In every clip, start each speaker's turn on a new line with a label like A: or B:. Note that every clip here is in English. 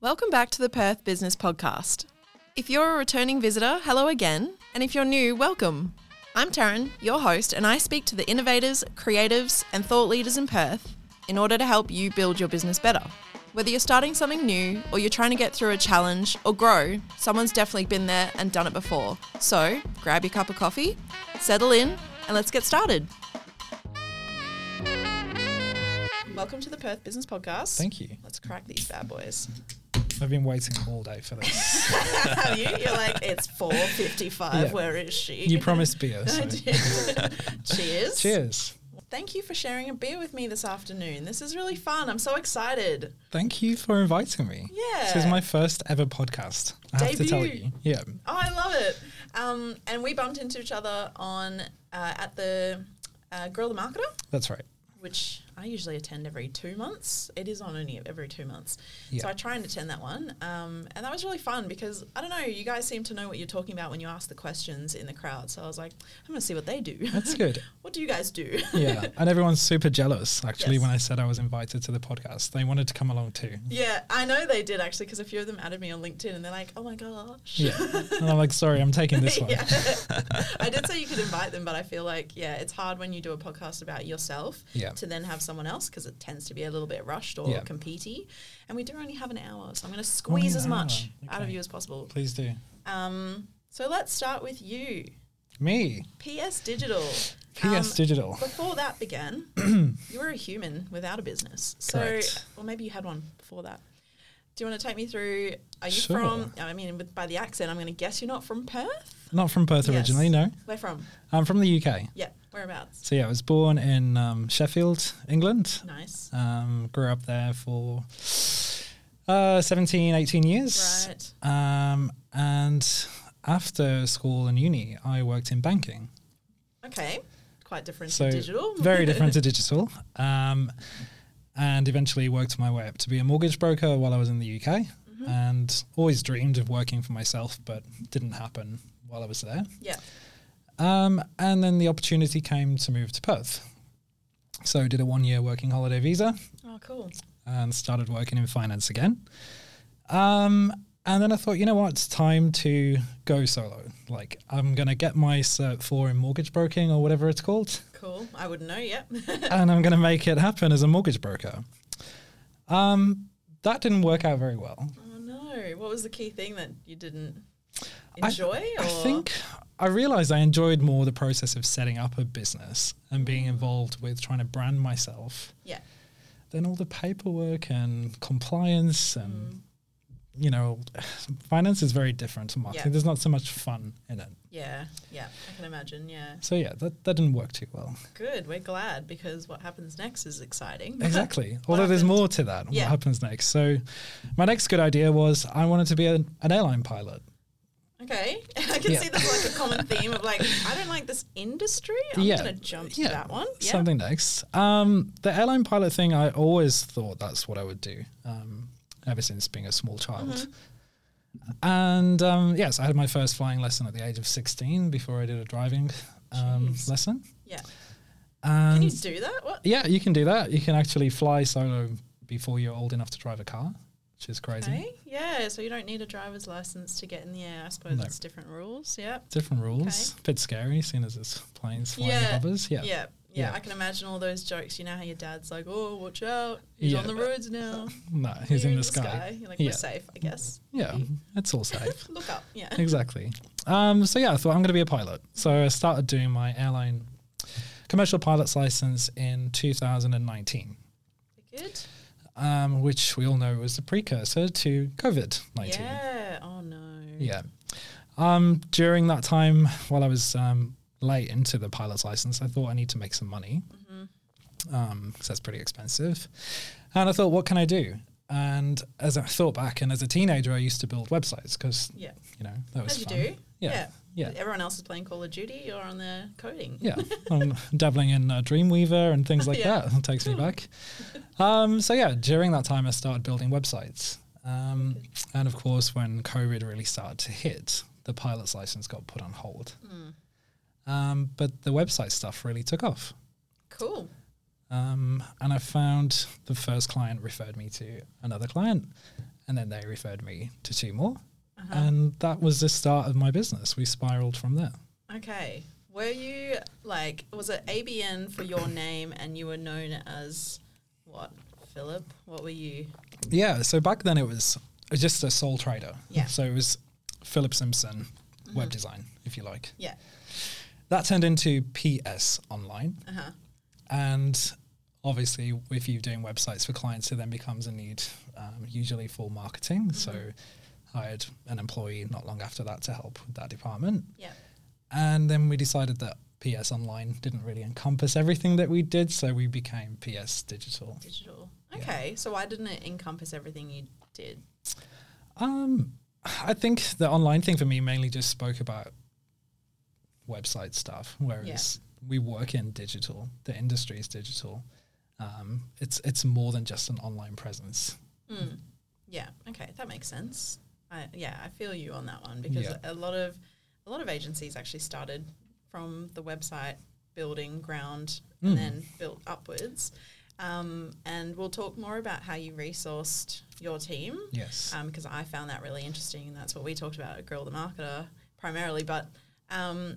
A: Welcome back to the Perth Business Podcast. If you're a returning visitor, hello again. And if you're new, welcome. I'm Taryn, your host, and I speak to the innovators, creatives, and thought leaders in Perth in order to help you build your business better. Whether you're starting something new, or you're trying to get through a challenge, or grow, someone's definitely been there and done it before. So grab your cup of coffee, settle in, and let's get started. Welcome to the Perth Business Podcast.
B: Thank you.
A: Let's crack these bad boys.
B: I've been waiting all day for this.
A: have you? You're like, it's 4.55,
B: Yeah.
A: where is she?
B: you promised beer. So.
A: Cheers.
B: Cheers.
A: Thank you for sharing a beer with me this afternoon. This is really fun. I'm so excited.
B: Thank you for inviting me. This is
A: Yeah.
B: my first ever podcast. I have to tell
A: Debut.
B: you. Yeah.
A: Oh, I love it. Um, and we bumped into each other on uh, at the uh, Grill the Marketer,
B: That's right.
A: which I usually attend every two months. It is on only every two months. So
B: Yeah.
A: I try and attend that one. Um, and that was really fun because, I don't know, you guys seem to know what you're talking about when you ask the questions in the crowd. So I was like, I'm going to see what they do.
B: That's good.
A: what do you guys do?
B: Yeah. And everyone's super jealous actually
A: Yes.
B: when I said I was invited to the podcast. They wanted to come along too.
A: Yeah, I know they did actually because a few of them added me on LinkedIn and they're like, oh my gosh.
B: Yeah. and I'm like, sorry, I'm taking this one.
A: Yeah. I did say you could invite them, but I feel like, yeah, it's hard when you do a podcast about yourself
B: Yeah.
A: to then have someone else because it tends to be a little bit rushed or
B: Yeah.
A: compete. And we do only have an hour, so I'm going to squeeze
B: an
A: as much
B: hour.
A: out of
B: Okay.
A: you as possible.
B: Please do.
A: Um, so let's start with you.
B: Me.
A: PS Digital.
B: PS
A: Um,
B: Digital.
A: Before that began, you were a human without a business. So,
B: Correct.
A: or maybe you had one before that. Do you want to take me through? Are you
B: Sure.
A: from? I mean, with, by the accent, I'm going to guess you're not from Perth.
B: Not from Perth
A: Yes.
B: originally, no.
A: Where from?
B: I'm from the UK.
A: Yeah, whereabouts?
B: So yeah, I was born in um, Sheffield, England.
A: Nice.
B: Um, grew up there for uh, 17, 18 years.
A: Right.
B: Um, and after school and uni, I worked in banking.
A: Okay. Quite different
B: So
A: to digital.
B: very different to digital. Um, and eventually worked my way up to be a mortgage broker while I was in the UK.
A: Mm-hmm.
B: And always dreamed of working for myself, but didn't happen while I was there.
A: yeah.
B: Um, and then the opportunity came to move to Perth. So did a one year working holiday visa.
A: Oh, cool.
B: and started working in finance again. Um, and then I thought, you know what, it's time to go solo. Like, I'm going to get my Cert 4 in mortgage broking or whatever it's called,
A: Cool. I wouldn't know. Yeah.
B: and I'm going to make it happen as a mortgage broker. Um, that didn't work out very well.
A: oh no. What was the key thing that you didn't
B: I-
A: enjoy? or
B: I think I realized I enjoyed more the process of setting up a business and being involved with trying to brand myself
A: Yeah.
B: than all the paperwork and compliance and
A: Mm.
B: you know, finance is very different to marketing.
A: Yeah.
B: There's not so much fun in it.
A: Yeah. Yeah. I can imagine. Yeah.
B: So yeah, that, that didn't work too well.
A: Good. We're glad because what happens next is exciting.
B: Exactly.
A: What
B: Although there's
A: happened?
B: more to that.
A: Yeah.
B: What happens next? So my next good idea was I wanted to be an, an airline pilot.
A: Okay, I can
B: Yeah.
A: see there's like a common theme of like I don't like this industry. I'm
B: Yeah.
A: gonna jump to
B: Yeah.
A: that one. Yeah,
B: Something next. Um, the airline pilot thing, I always thought that's what I would do um, ever since being a small child.
A: Mm-hmm.
B: And um, yes, I had my first flying lesson at the age of 16 before I did a driving um,
A: Jeez.
B: lesson.
A: yeah.
B: And
A: Can you do that? What?
B: Yeah, you can do that. You can actually fly solo before you're old enough to drive a car, which is crazy.
A: Okay, yeah. So you don't need a driver's license to get in the air. I suppose
B: No.
A: it's different rules. Yeah.
B: Different rules. Bit scary, seeing as it's planes flying
A: Yeah.
B: above us.
A: yeah,
B: Yeah.
A: yeah,
B: Yeah.
A: I can imagine all those jokes. You know how your dad's like, "Oh, watch out! He's
B: Yeah.
A: on the roads now.
B: No, he's
A: You're
B: in the, sky.
A: You're like,
B: Yeah.
A: "We're safe, I guess."
B: Yeah, it's all safe.
A: Look up. Yeah.
B: exactly. Um, so yeah, I thought I'm going to be a pilot. So I started doing my airline commercial pilot's license in 2019,
A: Good.
B: um, which we all know was the precursor to COVID 19.
A: Yeah. Oh no.
B: Yeah. Um, during that time, while I was um, late into the pilot's license, I thought I need to make some money
A: Mm-hmm.
B: because that's pretty expensive. And I thought, what can I do? And as I thought back, and as a teenager, I used to build websites because
A: Yeah.
B: you know that was
A: As you
B: fun.
A: do.
B: Yeah, yeah,
A: Everyone else is playing Call of Duty. You're on the coding.
B: yeah. I'm dabbling in uh, Dreamweaver and things like
A: Yeah.
B: that. It takes me back. Um, so yeah, during that time, I started building websites. Um, and of course, when COVID really started to hit, the pilot's license got put on hold.
A: Mm.
B: Um, but the website stuff really took off.
A: Cool.
B: Um, and I found the first client referred me to another client. And then they referred me to two more. And that was the start of my business. We spiraled from there.
A: Okay. Were you like was it ABN for your name and you were known as what? Philip? What were you?
B: Yeah. So back then it was it was just a sole trader.
A: Yeah. Mm-hmm.
B: So it was Philip Simpson web design, if you like.
A: Yeah.
B: That turned into PS Online.
A: Uh-huh.
B: And obviously, if you're doing websites for clients, it then becomes a need um, usually for marketing. So
A: Mm-hmm.
B: hired an employee not long after that to help with that department.
A: Yeah.
B: And then we decided that PS Online didn't really encompass everything that we did. So we became PS Digital.
A: Digital. Okay. So why didn't it encompass everything you did?
B: Um, I think the online thing for me mainly just spoke about website stuff, whereas we work in digital. The industry is digital. Um, it's it's more than just an online presence.
A: Mm. Yeah. Okay, that makes sense. I, yeah, I feel you on that one because
B: Yeah.
A: a lot of a lot of agencies actually started from the website building ground and then built upwards. Um, and we'll talk more about how you resourced your team
B: Yes.
A: because um, I found that really interesting. And that's what we talked about at Grill the Marketer primarily. But um,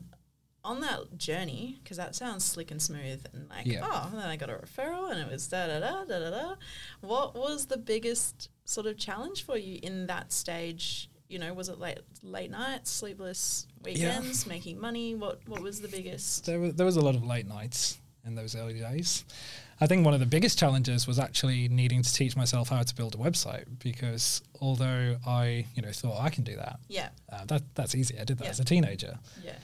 A: on that journey, because that sounds slick and smooth and like,
B: Yeah.
A: oh, and then I got a referral and it was da da da da da da. What was the biggest sort of challenge for you in that stage? You know, was it late late nights, sleepless weekends, making money? What what was the biggest?
B: there was there was a lot of late nights in those early days. I think one of the biggest challenges was actually needing to teach myself how to build a website because although I you know thought I can do that,
A: Yeah,
B: uh, that that's easy. I did that
A: Yeah.
B: as a teenager.
A: yeah,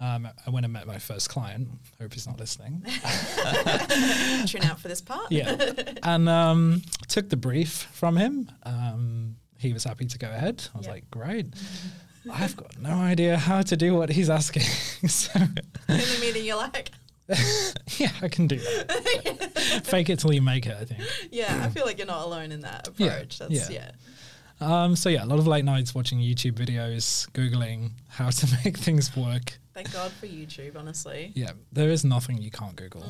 B: Um, and when I met my first client, hope he's not listening.
A: tune out for this part.
B: yeah. And um, took the brief from him. Um, he was happy to go ahead. I was
A: Yeah.
B: like, great. I've got no idea how to do what he's asking. so,
A: in the meeting, you're like,
B: yeah, I can do that. Fake it till you make it, I think.
A: yeah, I feel like you're not alone in that
B: Yeah,
A: approach. That's yeah.
B: yeah. Um, so, yeah, a lot of late nights watching YouTube videos, Googling how to make things work.
A: Thank God for YouTube, honestly.
B: Yeah, there is nothing you can't Google.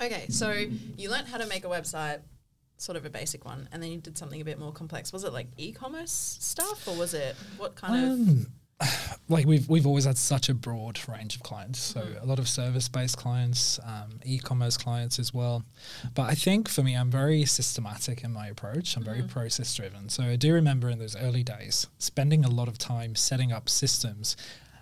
A: Okay, so you learnt how to make a website, sort of a basic one, and then you did something a bit more complex. Was it like e-commerce stuff, or was it what kind of?
B: Um, like we've we've always had such a broad range of clients, so
A: Mm-hmm.
B: a lot of service based clients, um, e-commerce clients as well. But I think for me, I'm very systematic in my approach. I'm
A: Mm-hmm.
B: very process driven. So I do remember in those early days spending a lot of time setting up systems,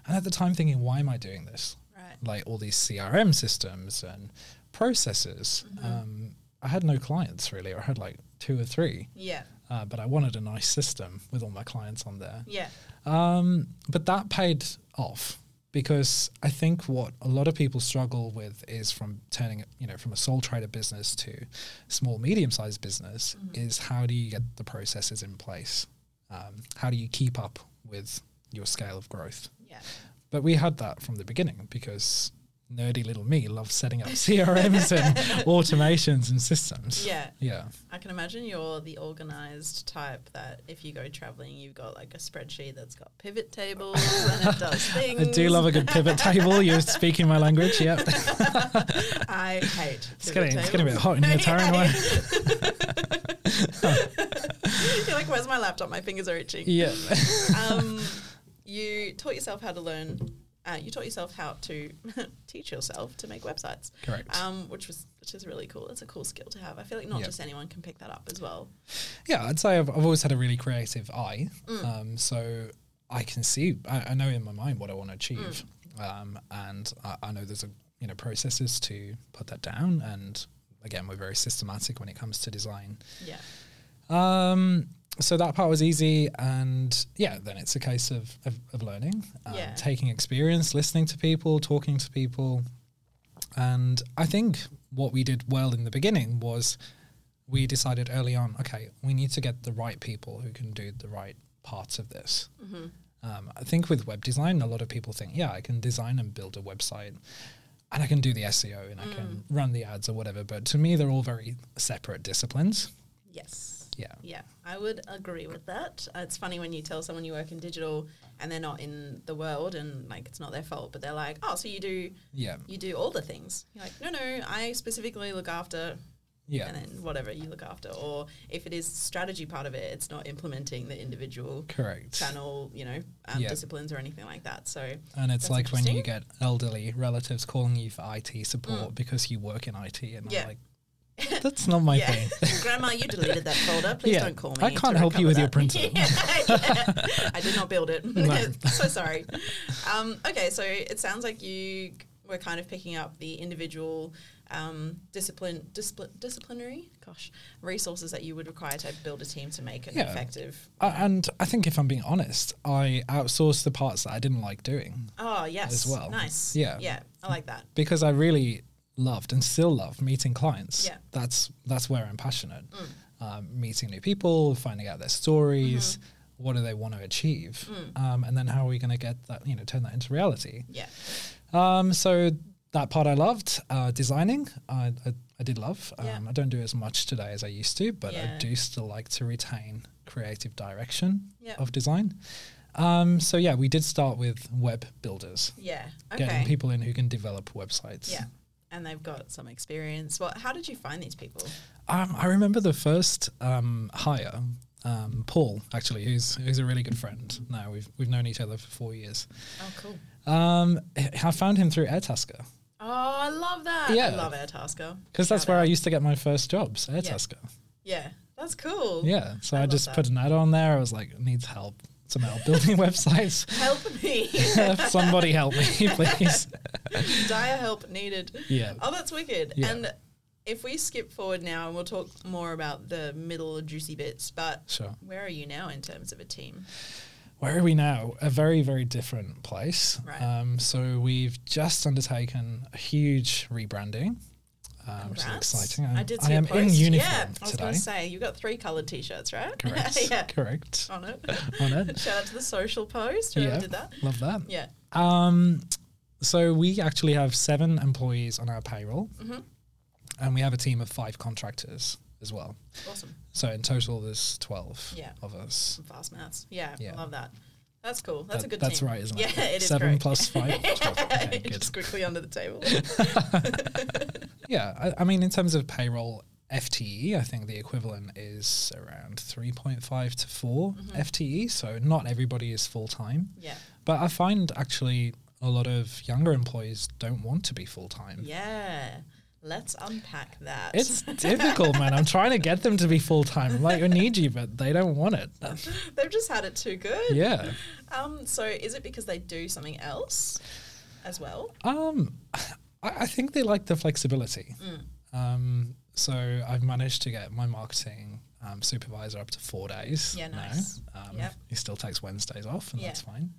B: and at the time thinking, why am I doing this?
A: Right.
B: Like all these CRM systems and processes.
A: Mm-hmm.
B: Um, I had no clients really. or I had like two or three,
A: Yeah.
B: uh, but I wanted a nice system with all my clients on there.
A: Yeah.
B: Um, but that paid off because I think what a lot of people struggle with is from turning, you know, from a sole trader business to small, medium sized business is how do you get the processes in place? Um, how do you keep up with your scale of growth?
A: Yeah.
B: But we had that from the beginning because nerdy little me loved setting up CRMs and automations and systems.
A: Yeah.
B: Yeah.
A: I can imagine you're the organized type that if you go traveling, you've got like a spreadsheet that's got pivot tables and it does
B: I
A: things.
B: do love a good pivot table. You're speaking my language. Yep.
A: I hate.
B: It's
A: pivot
B: getting, it's getting a bit
A: tables.
B: hot in here, Taryn. Why-
A: You're like, where's my laptop? My fingers are itching.
B: Yeah.
A: um, you taught yourself how to learn. Uh, you taught yourself how to teach yourself to make websites,
B: Correct.
A: um, which was which is really cool. That's a cool skill to have. I feel like not
B: Yeah.
A: just anyone can pick that up as well.
B: yeah, I'd say I've, I've always had a really creative eye. Um, so I can see, I, I know in my mind what I want to achieve. Um, and I, I know there's a, you know, processes to put that down. And again, we're very systematic when it comes to design.
A: Yeah,
B: Um, so that part was easy, and yeah, then it's a case of of, of learning, um,
A: Yeah.
B: taking experience, listening to people, talking to people, and I think what we did well in the beginning was we decided early on, okay, we need to get the right people who can do the right parts of this.
A: Mm-hmm.
B: Um, I think with web design, a lot of people think, yeah, I can design and build a website. And I can do the SEO and I
A: Mm.
B: can run the ads or whatever. But to me, they're all very separate disciplines.
A: yes,
B: Yeah.
A: yeah. I would agree with that. Uh, It's funny when you tell someone you work in digital and they're not in the world, and like it's not their fault, but they're like, oh, so you do
B: Yeah.
A: you do all the things. You're like, no, no, I specifically look after
B: Yeah.
A: and then whatever you look after. Or if it is strategy part of it, it's not implementing the individual
B: Correct.
A: channel, you know, um,
B: Yeah.
A: disciplines or anything like that. So
B: And it's
A: That's
B: like when you
A: interesting. Mm.
B: get elderly relatives calling you for IT support because you work in IT, and
A: Yeah.
B: I'm like, that's not my
A: yeah,
B: thing.
A: Grandma, you deleted that folder. Please
B: Yeah,
A: don't call me.
B: I can't
A: to
B: help you
A: recover
B: with your
A: that.
B: printer.
A: Yeah, yeah. I did not build it.
B: No.
A: so sorry. Um, okay, so it sounds like you were kind of picking up the individual um, discipline, discipline, disciplinary, gosh, resources that you would require to build a team to make an
B: Yeah.
A: effective.
B: Uh, and I think if I'm being honest, I outsourced the parts that I didn't like doing
A: Oh yes,
B: As well.
A: Nice.
B: Yeah.
A: yeah, I like that.
B: because I really loved and still love meeting clients.
A: Yeah. Mm.
B: That's that's where I'm passionate. Um, meeting new people, finding out their stories.
A: Mm-hmm.
B: What do they want to achieve?
A: Mm.
B: Um, and then how are we going to get that, you know, turn that into reality?
A: Yeah,
B: Um, so that part I loved. Uh, designing, I, I, I did love. Um,
A: Yeah.
B: I don't do as much today as I used to, but
A: Yeah.
B: I do still like to retain creative direction
A: Yeah.
B: of design. Um, so yeah, we did start with web builders,
A: yeah.
B: getting
A: Okay.
B: people in who can develop websites.
A: Yeah, and they've got some experience. Well, how did you find these people?
B: Um, I remember the first um, hire, um, Paul, actually, who's who's a really good friend. Now we've we've known each other for four years.
A: Oh, cool.
B: Um, I found him through Airtasker.
A: Oh, I love that. I
B: Yeah.
A: love Airtasker.
B: Because that's
A: Shout
B: where
A: out.
B: I used to get my first jobs, Airtasker.
A: Yeah, that's cool.
B: Yeah. So
A: I
B: I,
A: love
B: just
A: that.
B: put an ad on there. I was like, needs help. Somehow building websites.
A: Help me.
B: Somebody help me, please.
A: Dire help needed.
B: Yeah.
A: Oh, that's wicked.
B: Yeah.
A: And if we skip forward now, and we'll talk more about the middle juicy bits, but
B: Sure.
A: where are you now in terms of a team?
B: Where are we now? A very, very different place.
A: Right.
B: Um, so we've just undertaken a huge rebranding. Um, which is
A: Congrats.
B: exciting.
A: I
B: I'm-
A: did
B: I
A: see a
B: am in
A: post.
B: uniform
A: Yeah, I was
B: today.
A: going to say, you've got three coloured t shirts, right?
B: Correct.
A: yeah.
B: Correct.
A: On it.
B: On it.
A: Shout out to the social post, whoever
B: yeah.
A: did that.
B: Love that.
A: Yeah.
B: Um, so we actually have seven employees on our payroll,
A: Mm-hmm.
B: and we have a team of five contractors as well.
A: Awesome.
B: So in total, there's twelve
A: Yeah.
B: of us.
A: Some fast maths. Yeah,
B: Yeah.
A: love that. That's cool. That's
B: That-
A: a good
B: That's
A: team.
B: right, isn't
A: yeah,
B: it?
A: it is
B: Seven
A: correct.
B: plus five. 12. Okay, good.
A: Just quickly under the table.
B: Yeah, I, I mean, in terms of payroll FTE, I think the equivalent is around three point five to 4
A: Mm-hmm.
B: FTE. E, So not everybody is full time,
A: yeah.
B: but I find actually a lot of younger employees don't want to be full time.
A: Yeah. Let's unpack that.
B: It's difficult, man. I'm trying to get them to be full time. I'm like, I need you, but they don't want it.
A: They've just had it too good.
B: Yeah.
A: Um, so is it because they do something else as well?
B: Um, I, I think they like the flexibility.
A: Mm.
B: Um, so I've managed to get my marketing um, supervisor up to four days.
A: Yeah,
B: now.
A: nice.
B: Um,
A: Yep.
B: He still takes Wednesdays off, and
A: Yeah.
B: that's fine.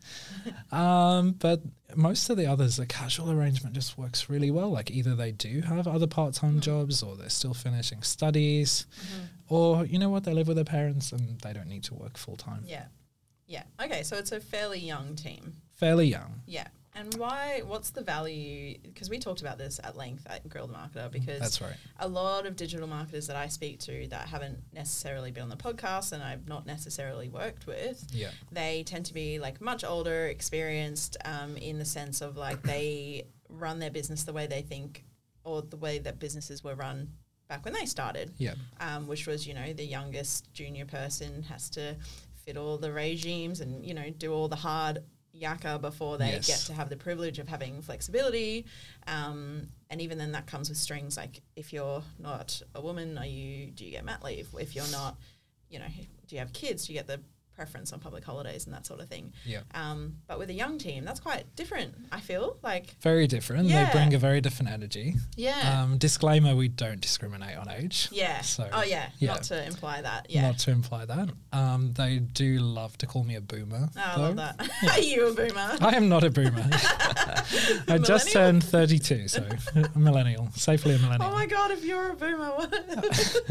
B: um, but most of the others, the casual arrangement just works really well. Like either they do have other part time
A: Mm.
B: jobs, or they're still finishing studies,
A: Mm-hmm.
B: or you know what, they live with their parents and they don't need to work full time.
A: Yeah. Yeah. Okay, so it's a fairly young team.
B: Fairly young.
A: Yeah. And why what's the value because we talked about this at length at Grill the Marketer because
B: That's right.
A: a lot of digital marketers that I speak to that haven't necessarily been on the podcast and I've not necessarily worked with,
B: Yeah.
A: they tend to be like much older, experienced um, in the sense of like they run their business the way they think or the way that businesses were run back when they started,
B: Yeah.
A: um, which was, you know, the youngest junior person has to fit all the regimes and, you know, do all the hard yakka before they
B: Yes.
A: get to have the privilege of having flexibility. Um, and even then, that comes with strings like if you're not a woman, are you do you get mat leave? If you're not, you know, do you have kids? Do you get the preference on public holidays and that sort of thing?
B: Yeah.
A: Um, but with a young team, that's quite different. I feel like
B: Very different.
A: Yeah.
B: They bring a very different energy.
A: yeah,
B: Um, disclaimer: We don't discriminate on age.
A: Oh. yeah.
B: So
A: oh yeah,
B: yeah.
A: not to imply that. Yeah,
B: Not to imply that. Um, they do love to call me a boomer.
A: Oh, I
B: though.
A: love that. Are you a boomer?
B: I am not a boomer. I just
A: Millennial?
B: turned 32, so a millennial, safely a millennial.
A: Oh my god, if you're a boomer, what?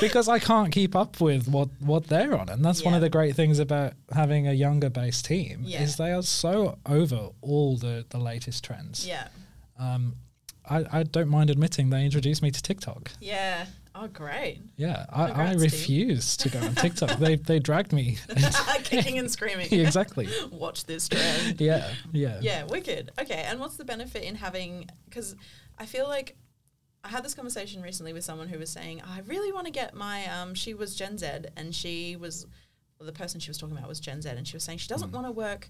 B: because I can't keep up with what, what they're on. And that's one
A: Yeah.
B: of the great things about having a younger based team
A: Yeah.
B: is they are so over all the, the latest trends.
A: yeah,
B: Um, I, I don't mind admitting they introduced me to TikTok.
A: yeah. Oh, great.
B: Yeah, I, I
A: Congrats, Steve.
B: refuse to go on TikTok. they, they dragged me.
A: Kicking and screaming.
B: exactly.
A: Watch this trend.
B: Yeah, yeah.
A: Yeah, wicked. Okay, and what's the benefit in having? Because I feel like I had this conversation recently with someone who was saying, I really want to get my. Um, she was Gen Z, and she was well, the person she was talking about was Gen Z, and she was saying she doesn't want to work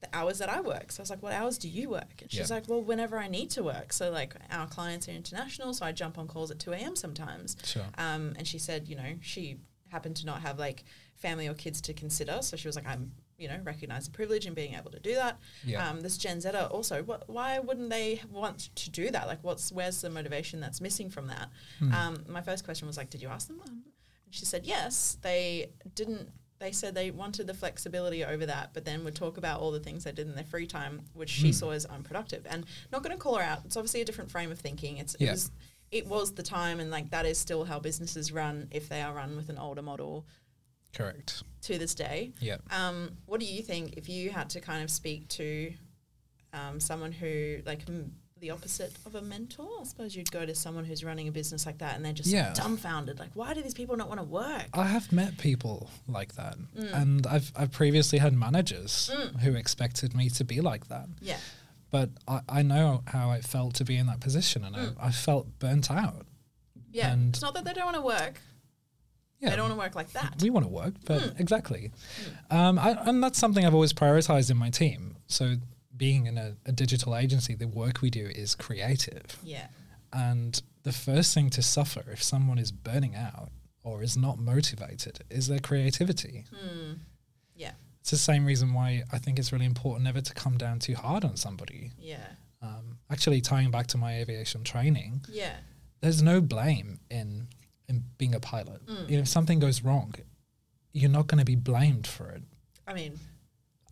A: the hours that I work. So I was like, What hours do you work? And she's
B: Yeah.
A: like, Well, whenever I need to work. So like our clients are international, so I jump on calls at two a.m. sometimes.
B: Sure.
A: Um, and she said, you know, she happened to not have like family or kids to consider, so she was like, I'm, you know, recognize the privilege in being able to do that.
B: Yeah.
A: Um, this Gen Zer also, wh- why wouldn't they want to do that? Like, what's where's the motivation that's missing from that? Um, my first question was like, did you ask them? Um, and she said yes. They didn't. They said they wanted the flexibility over that, but then would talk about all the things they did in their free time, which she saw as unproductive. And not going to call her out. It's obviously a different frame of thinking. It's
B: Yeah.
A: it was it was the time, and like that is still how businesses run if they are run with an older model
B: Correct.
A: to this day.
B: Yeah.
A: Um, what do you think if you had to kind of speak to um, someone who, like, m- the opposite of a mentor? I suppose you'd go to someone who's running a business like that and they're just
B: Yeah.
A: dumbfounded. Like, why do these people not want to work?
B: I have met people like that, and I've I've previously had managers who expected me to be like that,
A: Yeah.
B: but I, I know how it felt to be in that position, and I, I felt burnt out.
A: Yeah.
B: And-
A: it's not that they don't want to work,
B: Yeah,
A: they don't want to work like that.
B: we want to work, but exactly, um, I, and that's something I've always prioritized in my team. So being in a, a digital agency, the work we do is creative,
A: Yeah.
B: and the first thing to suffer if someone is burning out or is not motivated is their creativity.
A: Hmm. Yeah.
B: It's the same reason why I think it's really important never to come down too hard on somebody.
A: Yeah.
B: Um, actually, tying back to my aviation training,
A: Yeah.
B: there's no blame in in being a pilot.
A: Hmm.
B: You know, if something goes wrong, you're not going to be blamed for it.
A: I mean,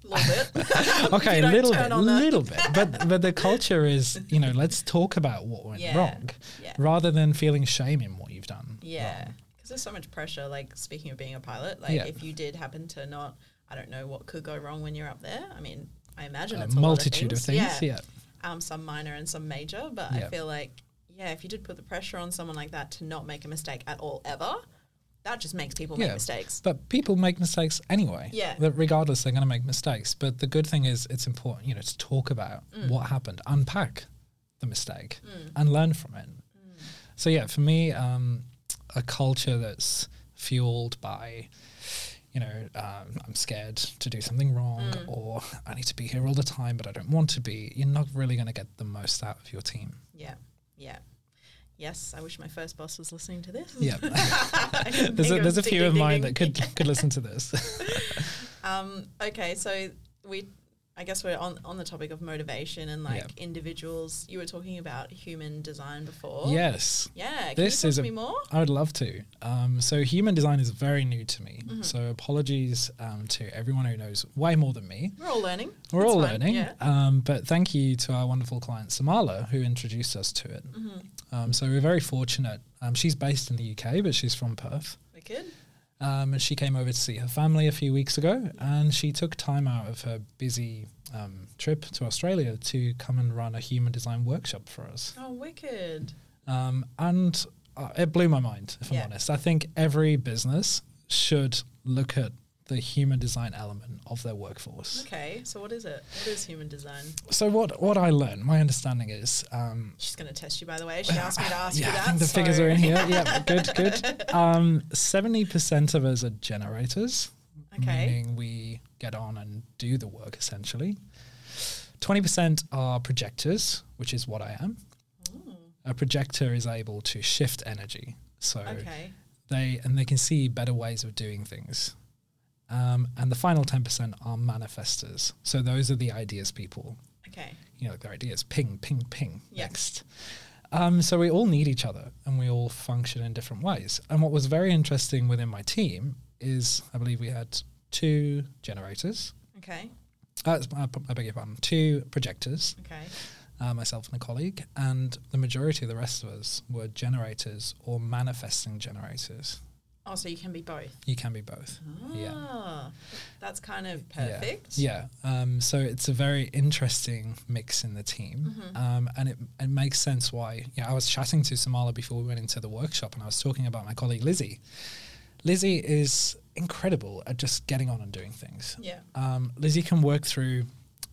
A: a little bit.
B: Okay, a
A: don't
B: little
A: turn
B: bit,
A: on that.
B: little bit, but but the culture is you know let's talk about what went
A: Yeah,
B: wrong
A: yeah.
B: rather than feeling shame in what you've done.
A: Yeah,
B: wrong.
A: because there's so much pressure. Like speaking of being a pilot, like
B: Um, Yeah.
A: if you did happen to not, I don't know what could go wrong when you're up there. I mean, I imagine
B: a
A: it's
B: multitude
A: a lot
B: of things.
A: Yeah.
B: yeah.
A: Um, some minor and some major, but
B: Yeah.
A: I feel like yeah, if you did put the pressure on someone like that to not make a mistake at all ever, that just makes people
B: Yeah.
A: make mistakes.
B: But people make mistakes anyway.
A: Yeah.
B: That regardless, they're going to make mistakes. But the good thing is, it's important, you know, to talk about what happened, unpack the mistake, and learn from it. So yeah, for me, um, a culture that's fueled by, you know, um, I'm scared to do something wrong, or I need to be here all the time, but I don't want to be. You're not really going to get the most out of your team.
A: Yeah, yeah. Yes, I wish my first boss was listening to this.
B: Yeah.
A: I can
B: there's
A: think
B: a,
A: of
B: there's a
A: ding,
B: few
A: ding,
B: of
A: ding,
B: mine
A: ding.
B: that could could listen to this.
A: Um, okay, so we, I guess we're on, on the topic of motivation and like individuals. You were talking about human design before.
B: yes.
A: Yeah. Can
B: This
A: you talk
B: is
A: to
B: a-
A: me more?
B: I would love to. Um, so human design is very new to me.
A: Mm-hmm.
B: So apologies um, to everyone who knows way more than me.
A: We're all learning.
B: We're
A: It's
B: all
A: fine,
B: learning,
A: Yeah.
B: um, but thank you to our wonderful client Samala who introduced us to it.
A: Mm-hmm.
B: Um, so we're very fortunate. Um, she's based in the UK, but she's from Perth.
A: Wicked.
B: Um, and she came over to see her family a few weeks ago, and she took time out of her busy um, trip to Australia to come and run a human design workshop for us.
A: Oh, wicked.
B: Um, and uh, it blew my mind, if
A: Yeah.
B: I'm honest. I think every business should look at the human design element of their workforce.
A: Okay, so what is it? What is human design?
B: So what what I learned, my understanding is, um,
A: She's going to test you, by the way. She asked me to ask
B: yeah,
A: you that.
B: I think the
A: so-
B: figures are in here. Yeah, good, good. Seventy percent of us are generators,
A: Okay.
B: meaning we get on and do the work essentially. Twenty percent are projectors, which is what I am.
A: Ooh,
B: A projector is able to shift energy, so
A: okay.
B: they and they can see better ways of doing things. Um, and the final ten percent are manifestors. So those are the ideas people.
A: Okay.
B: You know, their ideas ping, ping, ping.
A: Yeah.
B: Next. Um, so we all need each other, and we all function in different ways. And what was very interesting within my team is, I believe we had two generators.
A: Okay.
B: Uh, I I beg your pardon, two projectors
A: Okay.
B: uh, myself and a colleague, and the majority of the rest of us were generators or manifesting generators.
A: Oh, so you can be both.
B: You can be both. Yeah.
A: Ah, That's kind of perfect.
B: Yeah. yeah. Um, so it's a very interesting mix in the team.
A: Mm-hmm.
B: Um, and it, it makes sense why. Yeah, I was chatting to Samala before we went into the workshop, and I was talking about my colleague Lizzie. Lizzie is incredible at just getting on and doing things.
A: Yeah.
B: Um, Lizzie can work through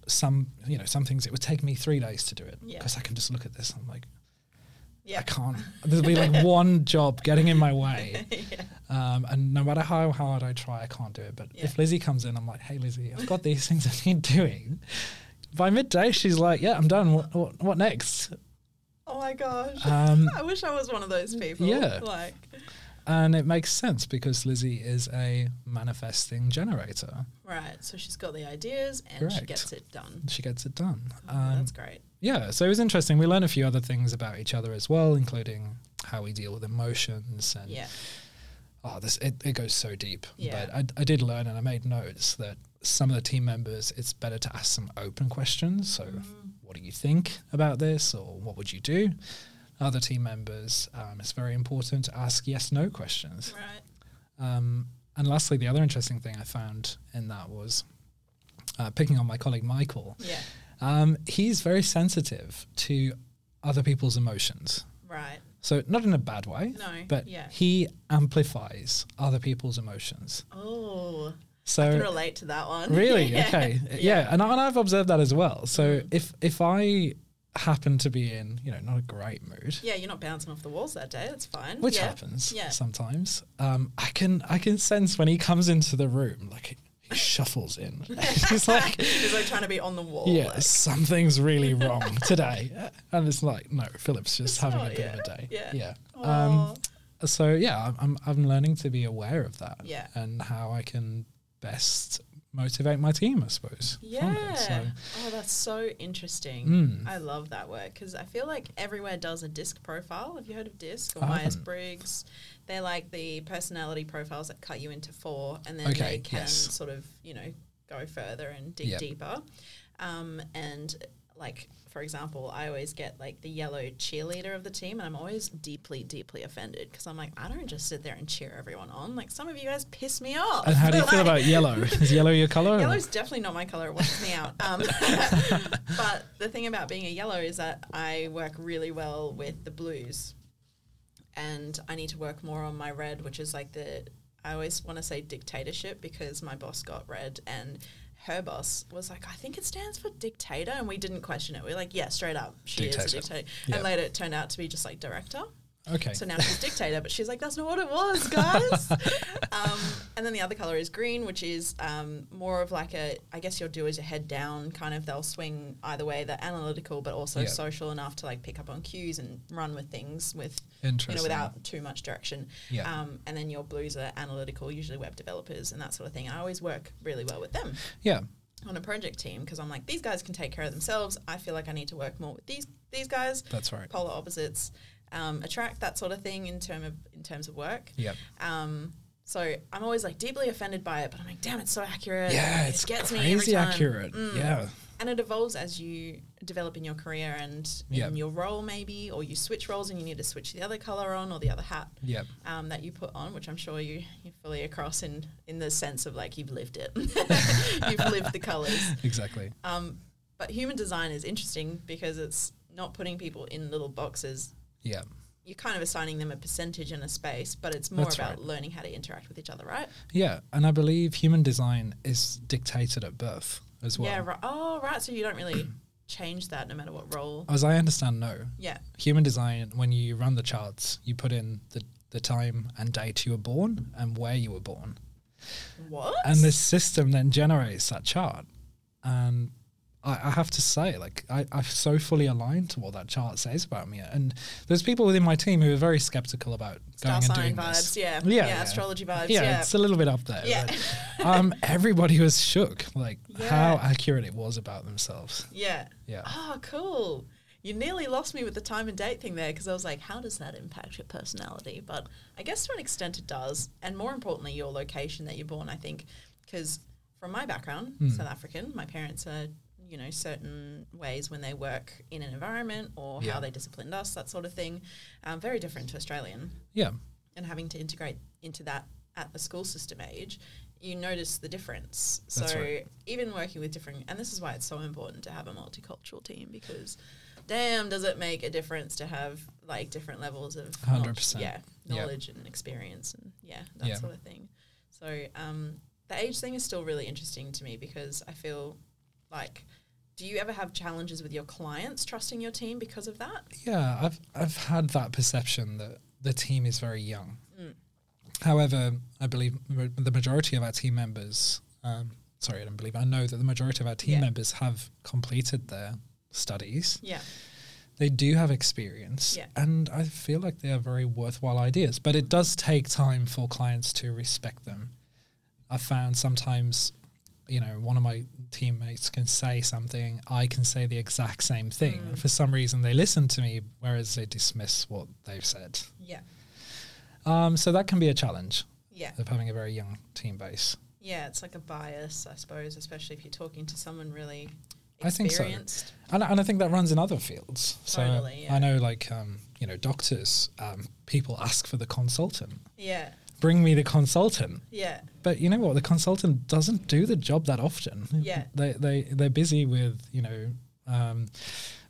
B: some, you know, some things it would take me three days to do it
A: Yeah.
B: because I can just look at this. And I'm like,
A: Yeah.
B: I can't. There'll be like one job getting in my way. Um, and no matter how hard I try, I can't do it. But
A: Yeah.
B: if Lizzie comes in, I'm like, hey, Lizzie, I've got these things I need doing. By midday, she's like, yeah, I'm done. What, what, what next?
A: Oh my gosh.
B: Um,
A: I wish I was one of those people.
B: Yeah.
A: Like,
B: and it makes sense because Lizzie is a manifesting generator.
A: right. So she's got the ideas and she
B: Correct. Um,
A: gets it done.
B: She gets it done.
A: Oh, that's great.
B: yeah, so it was interesting. We learned a few other things about each other as well, including how we deal with emotions and
A: Yeah.
B: oh, this it, it goes so deep.
A: Yeah.
B: But I, I did learn and I made notes that some of the team members, it's better to ask some open questions. So,
A: Mm.
B: what do you think about this, or what would you do? Other team members, um, it's very important to ask yes no questions.
A: Right.
B: Um, and lastly, the other interesting thing I found in that was uh, picking on my colleague Michael.
A: Yeah.
B: Um, he's very sensitive to other people's emotions.
A: Right.
B: So, not in a bad way,
A: No.
B: but
A: yeah.
B: he amplifies other people's emotions.
A: Oh, I can
B: So
A: relate to that one.
B: really, okay, yeah, And, I, and I've observed that as well. So
A: Mm.
B: if if I happen to be in, you know, not a great mood,
A: Yeah, you're not bouncing off the walls that day. That's fine.
B: which
A: yeah.
B: happens
A: Yeah.
B: sometimes, um, I can I can sense when he comes into the room, like he, he shuffles in. He's like,
A: Because like trying to be on the wall.
B: yeah,
A: like-
B: something's really wrong today, and it's like, no, Philip's just
A: It's
B: having
A: not,
B: a bit of
A: yeah,
B: a day.
A: yeah.
B: yeah.
A: Aw.
B: Um, so yeah, I'm- I'm I'm learning to be aware of that.
A: Yeah.
B: And how I can best motivate my team, I suppose. from it.
A: Yeah.
B: So, Hmm.
A: Oh, that's so interesting. I love that work because I feel like everywhere does a disc profile. Have you heard of disc or
B: I haven't.
A: Myers Briggs? They're like the personality profiles that cut you into four, and then
B: Okay,
A: they can
B: yes.
A: sort of you know go further and dig
B: Yep.
A: deeper. Um, and like for example, I always get like the yellow cheerleader of the team, and I'm always deeply, deeply offended because I'm like, I don't just sit there and cheer everyone on. Like some of you guys piss me off.
B: and how do you feel
A: Like-
B: about yellow? Is yellow your color?
A: Yellow's definitely not my color. It washes me out. Um, but the thing about being a yellow is that I work really well with the blues, and I need to work more on my red, which is like the I always want to say dictatorship because my boss got red and. Her boss was like, I think it stands for dictator, and we didn't question it. We were like, yeah, straight up, she is a
B: Dictator.
A: dictator.
B: Yeah.
A: And later it turned out to be just like director.
B: okay.
A: So now she's dictator, but she's like, that's not what it was, guys. um, and then the other color is green, which is um, more of like a, I guess you'll do is a head down kind of, they'll swing either way. They're analytical, but also
B: Yeah.
A: social enough to like pick up on cues and run with things with, you know,
B: Interesting.
A: without too much direction.
B: Yeah.
A: Um, and then your blues are analytical, usually web developers and that sort of thing. I always work really well with them
B: yeah.
A: on a project team because I'm like, these guys can take care of themselves. I feel like I need to work more with these these guys.
B: That's right.
A: Polar opposites um, attract that sort of thing in term of in terms of work.
B: Yep.
A: Um, so I'm always like deeply offended by it, but I'm like, damn, it's so accurate.
B: Yeah,
A: It
B: it's
A: gets me every
B: crazy
A: time. Mm.
B: accurate. Yeah.
A: And it evolves as you develop in your career and in
B: Yep.
A: your role, maybe, or you switch roles and you need to switch the other color on or the other hat
B: Yep.
A: um, that you put on, which I'm sure you, you're fully across in, in the sense of like you've lived it, you've lived the colors.
B: Exactly.
A: Um, but human design is interesting because it's not putting people in little boxes.
B: Yeah.
A: You're kind of assigning them a percentage and a space, but it's more
B: That's
A: about
B: right.
A: learning how to interact with each other, right?
B: Yeah. And I believe human design is dictated at birth as well.
A: Yeah. Right. Oh, right. So you don't really change that no matter what role.
B: As I understand, no.
A: Yeah.
B: human design when you run the charts you put in the, the time and date you were born and where you were born
A: What?
B: and this system then generates that chart and i, I have to say like I, i'm so fully aligned to what that chart says about me and there's people within my team who are very skeptical about
A: star
B: going and
A: sign
B: doing
A: vibes.
B: this
A: Yeah.
B: Yeah, yeah.
A: Astrology vibes.
B: yeah,
A: Yeah.
B: it's a little bit up there
A: Yeah.
B: but, um, everybody was shook like how
A: Yeah.
B: accurate it was about themselves
A: yeah.
B: yeah
A: Oh, cool. You nearly lost me with the time and date thing there because I was like, how does that impact your personality? But I guess to an extent it does. And more importantly, your location that you're born, I think. Because from my background,
B: Hmm.
A: South African, my parents are, you know, certain ways when they work in an environment or
B: Yeah.
A: how they disciplined us, that sort of thing. Um, very different to Australian
B: yeah
A: and having to integrate into that at the school system age, you notice the difference.
B: That's
A: so
B: right.
A: even working with different, and this is why it's so important to have a multicultural team because, damn, does it make a difference to have like different levels of knowl-
B: 100%.
A: yeah,
B: Yeah.
A: knowledge and experience and yeah, that
B: Yeah.
A: sort of thing. So um, the age thing is still really interesting to me because I feel like Do you ever have challenges with your clients trusting your team because of that?
B: Yeah, I've I've had that perception that the team is very young. However, I believe ma- the majority of our team members, um, sorry, I don't believe, I know that the majority of our team
A: Yeah.
B: members have completed their studies.
A: Yeah.
B: They do have experience,
A: Yeah.
B: and I feel like they are very worthwhile ideas. But it does take time for clients to respect them. I found sometimes, you know, one of my teammates can say something, I can say the exact same thing.
A: Mm.
B: And for some reason, they listen to me, whereas they dismiss what they've said.
A: Yeah.
B: Um, so that can be a challenge
A: Yeah.
B: of having a very young team base.
A: Yeah. It's like a bias, I suppose, especially if you're talking to someone really
B: I think so.
A: experienced.
B: And, and I think that runs in other fields. So
A: Totally, yeah.
B: I know, like, um, you know, doctors, um, people ask for the consultant.
A: Yeah.
B: Bring me the consultant.
A: Yeah.
B: But you know what? The consultant doesn't do the job that often.
A: Yeah.
B: They, they, they're busy with, you know, um,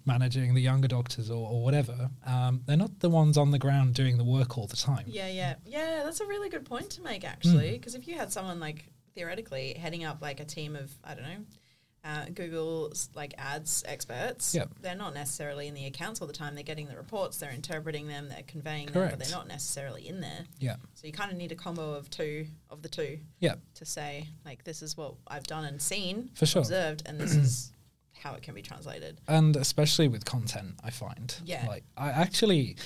B: managing the younger doctors or, or whatever. Um, they're not the ones on the ground doing the work all the time.
A: Yeah, yeah, yeah. That's a really good point to
B: Hmm.
A: make, actually, because if you had someone like theoretically heading up like a team of I don't know, uh, Google's like ads experts,
B: Yep.
A: they're not necessarily in the accounts all the time. They're getting the reports, they're interpreting them, they're conveying them, but
B: Correct.
A: they're not necessarily in there.
B: Yeah.
A: So you kind of need a combo of two of the two
B: Yeah.
A: to say like this is what I've done and seen,
B: For sure.
A: observed, and this is how it can be translated.
B: and especially with content i find
A: Yeah.
B: like i actually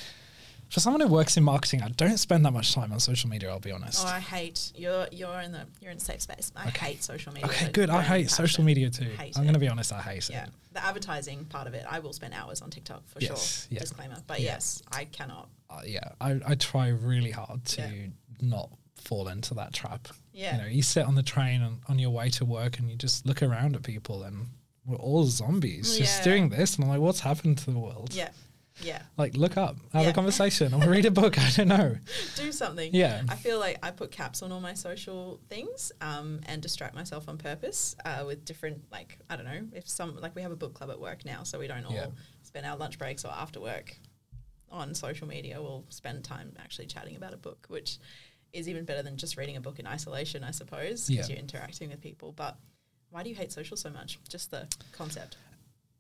B: for someone who works in marketing i don't spend that much time on social media i'll be honest
A: Oh, I hate you're you're in the you're in a safe space. I
B: Okay.
A: hate social media.
B: okay good i
A: Don't
B: hate
A: have
B: social
A: it.
B: media too
A: Hate
B: i'm
A: it.
B: going to be honest i hate
A: Yeah,
B: it
A: the advertising part of it, I will spend hours on TikTok for
B: Yes,
A: sure.
B: yeah.
A: Disclaimer, but
B: Yeah.
A: yes, I cannot.
B: uh, yeah I, I try really hard to
A: Yeah.
B: not fall into that trap
A: Yeah.
B: you know you sit on the train on, on your way to work and you just look around at people and we're all zombies just
A: Yeah.
B: doing this and i'm like what's happened to the world
A: Yeah, yeah,
B: like look up have
A: Yeah.
B: a conversation or read a book i don't know
A: do something.
B: Yeah.
A: I feel like I put caps on all my social things um, and distract myself on purpose uh, with different, like I don't know, if some like we have a book club at work now, so we don't all
B: Yeah.
A: spend our lunch breaks or after work on social media. We'll spend time actually chatting about a book, which is even better than just reading a book in isolation, I suppose,
B: Yeah.
A: because you're interacting with people. But why do you hate social so much? Just the concept.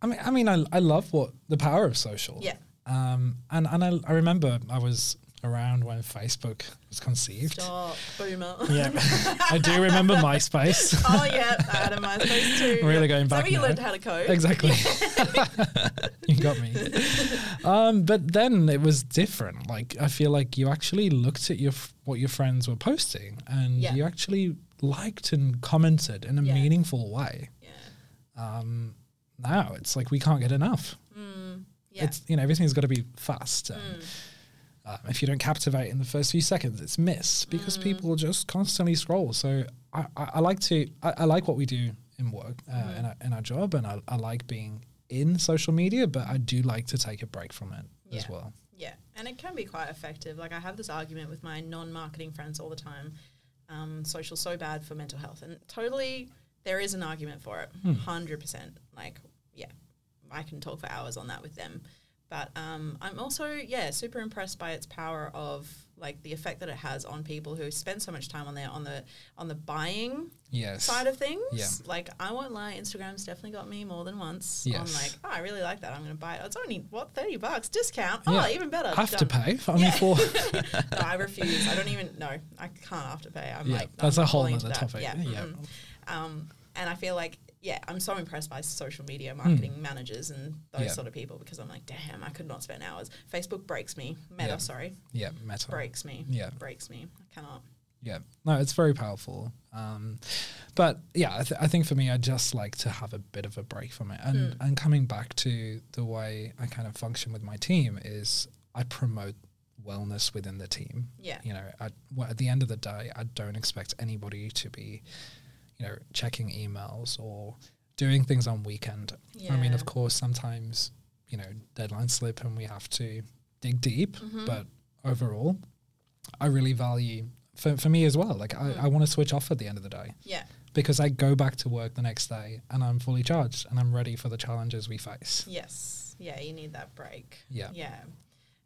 B: I mean, I mean, I, I love what the power of social.
A: Yeah.
B: Um, and and I, I remember I was around when Facebook was conceived.
A: Stop, boomer.
B: Yeah, I do remember MySpace.
A: oh yeah, I had a MySpace too.
B: Really going
A: Is that
B: back
A: where you
B: now.
A: learned how to code.
B: exactly. you got me. Um, but then it was different. Like I feel like you actually looked at your f- what your friends were posting, and
A: Yeah.
B: you actually liked and commented in a
A: Yeah.
B: meaningful way.
A: Yeah.
B: Um, now it's like we can't get enough.
A: Mm, yeah.
B: It's you know everything's got to be fast. And,
A: Mm,
B: um, if you don't captivate in the first few seconds, it's missed
A: Mm.
B: because people just constantly scroll. So I, I, I like to I, I like what we do in work uh,
A: Mm-hmm.
B: in, our, in our job, and I, I like being in social media, but I do like to take a break from it as
A: Yeah.
B: well.
A: yeah. And it can be quite effective. Like I have this argument with my non-marketing friends all the time. Um, social so bad for mental health, and totally there is an argument for
B: Hmm.
A: it. Hundred percent. Like yeah, I can talk for hours on that with them. But um, I'm also yeah super impressed by its power of like the effect that it has on people who spend so much time on their on the on the buying
B: Yes.
A: side of things.
B: Yeah.
A: Like I won't lie, Instagram's definitely got me more than once.
B: Yes.
A: I'm like, oh, I really like that. I'm going to buy it. It's only what thirty bucks discount.
B: Yeah.
A: Oh, even better.
B: have to
A: Done.
B: pay. For, I mean,
A: Yeah.
B: for
A: No, I refuse. I don't even. No, I can't after pay. I'm
B: yeah,
A: like, I'm
B: that's a
A: not
B: whole
A: falling into
B: other
A: that.
B: topic. Yeah,
A: mm-mm. Um, and I feel like yeah, I'm so impressed by social media marketing managers and those
B: Hmm. Yeah.
A: sort of people because I'm like, damn, I could not spend hours. Facebook breaks me. Meta,
B: Yeah.
A: sorry,
B: yeah, metal.
A: breaks me.
B: Yeah.
A: breaks me. I cannot.
B: yeah no it's very powerful um but yeah I, th- I think for me i just like to have a bit of a break from it and and coming back to the way i kind of function with my team is i promote wellness within the team
A: Yeah.
B: you know I, well, at the end of the day i don't expect anybody to be you know checking emails or doing things on weekend i mean
A: Yeah.
B: of course sometimes you know deadlines slip and we have to dig deep but overall I really value for, for me as well. Like I, I want to switch off at the end of the day
A: Yeah,
B: because I go back to work the next day and I'm fully charged and I'm ready for the challenges we face.
A: Yes. Yeah, you need that break.
B: Yeah.
A: Yeah.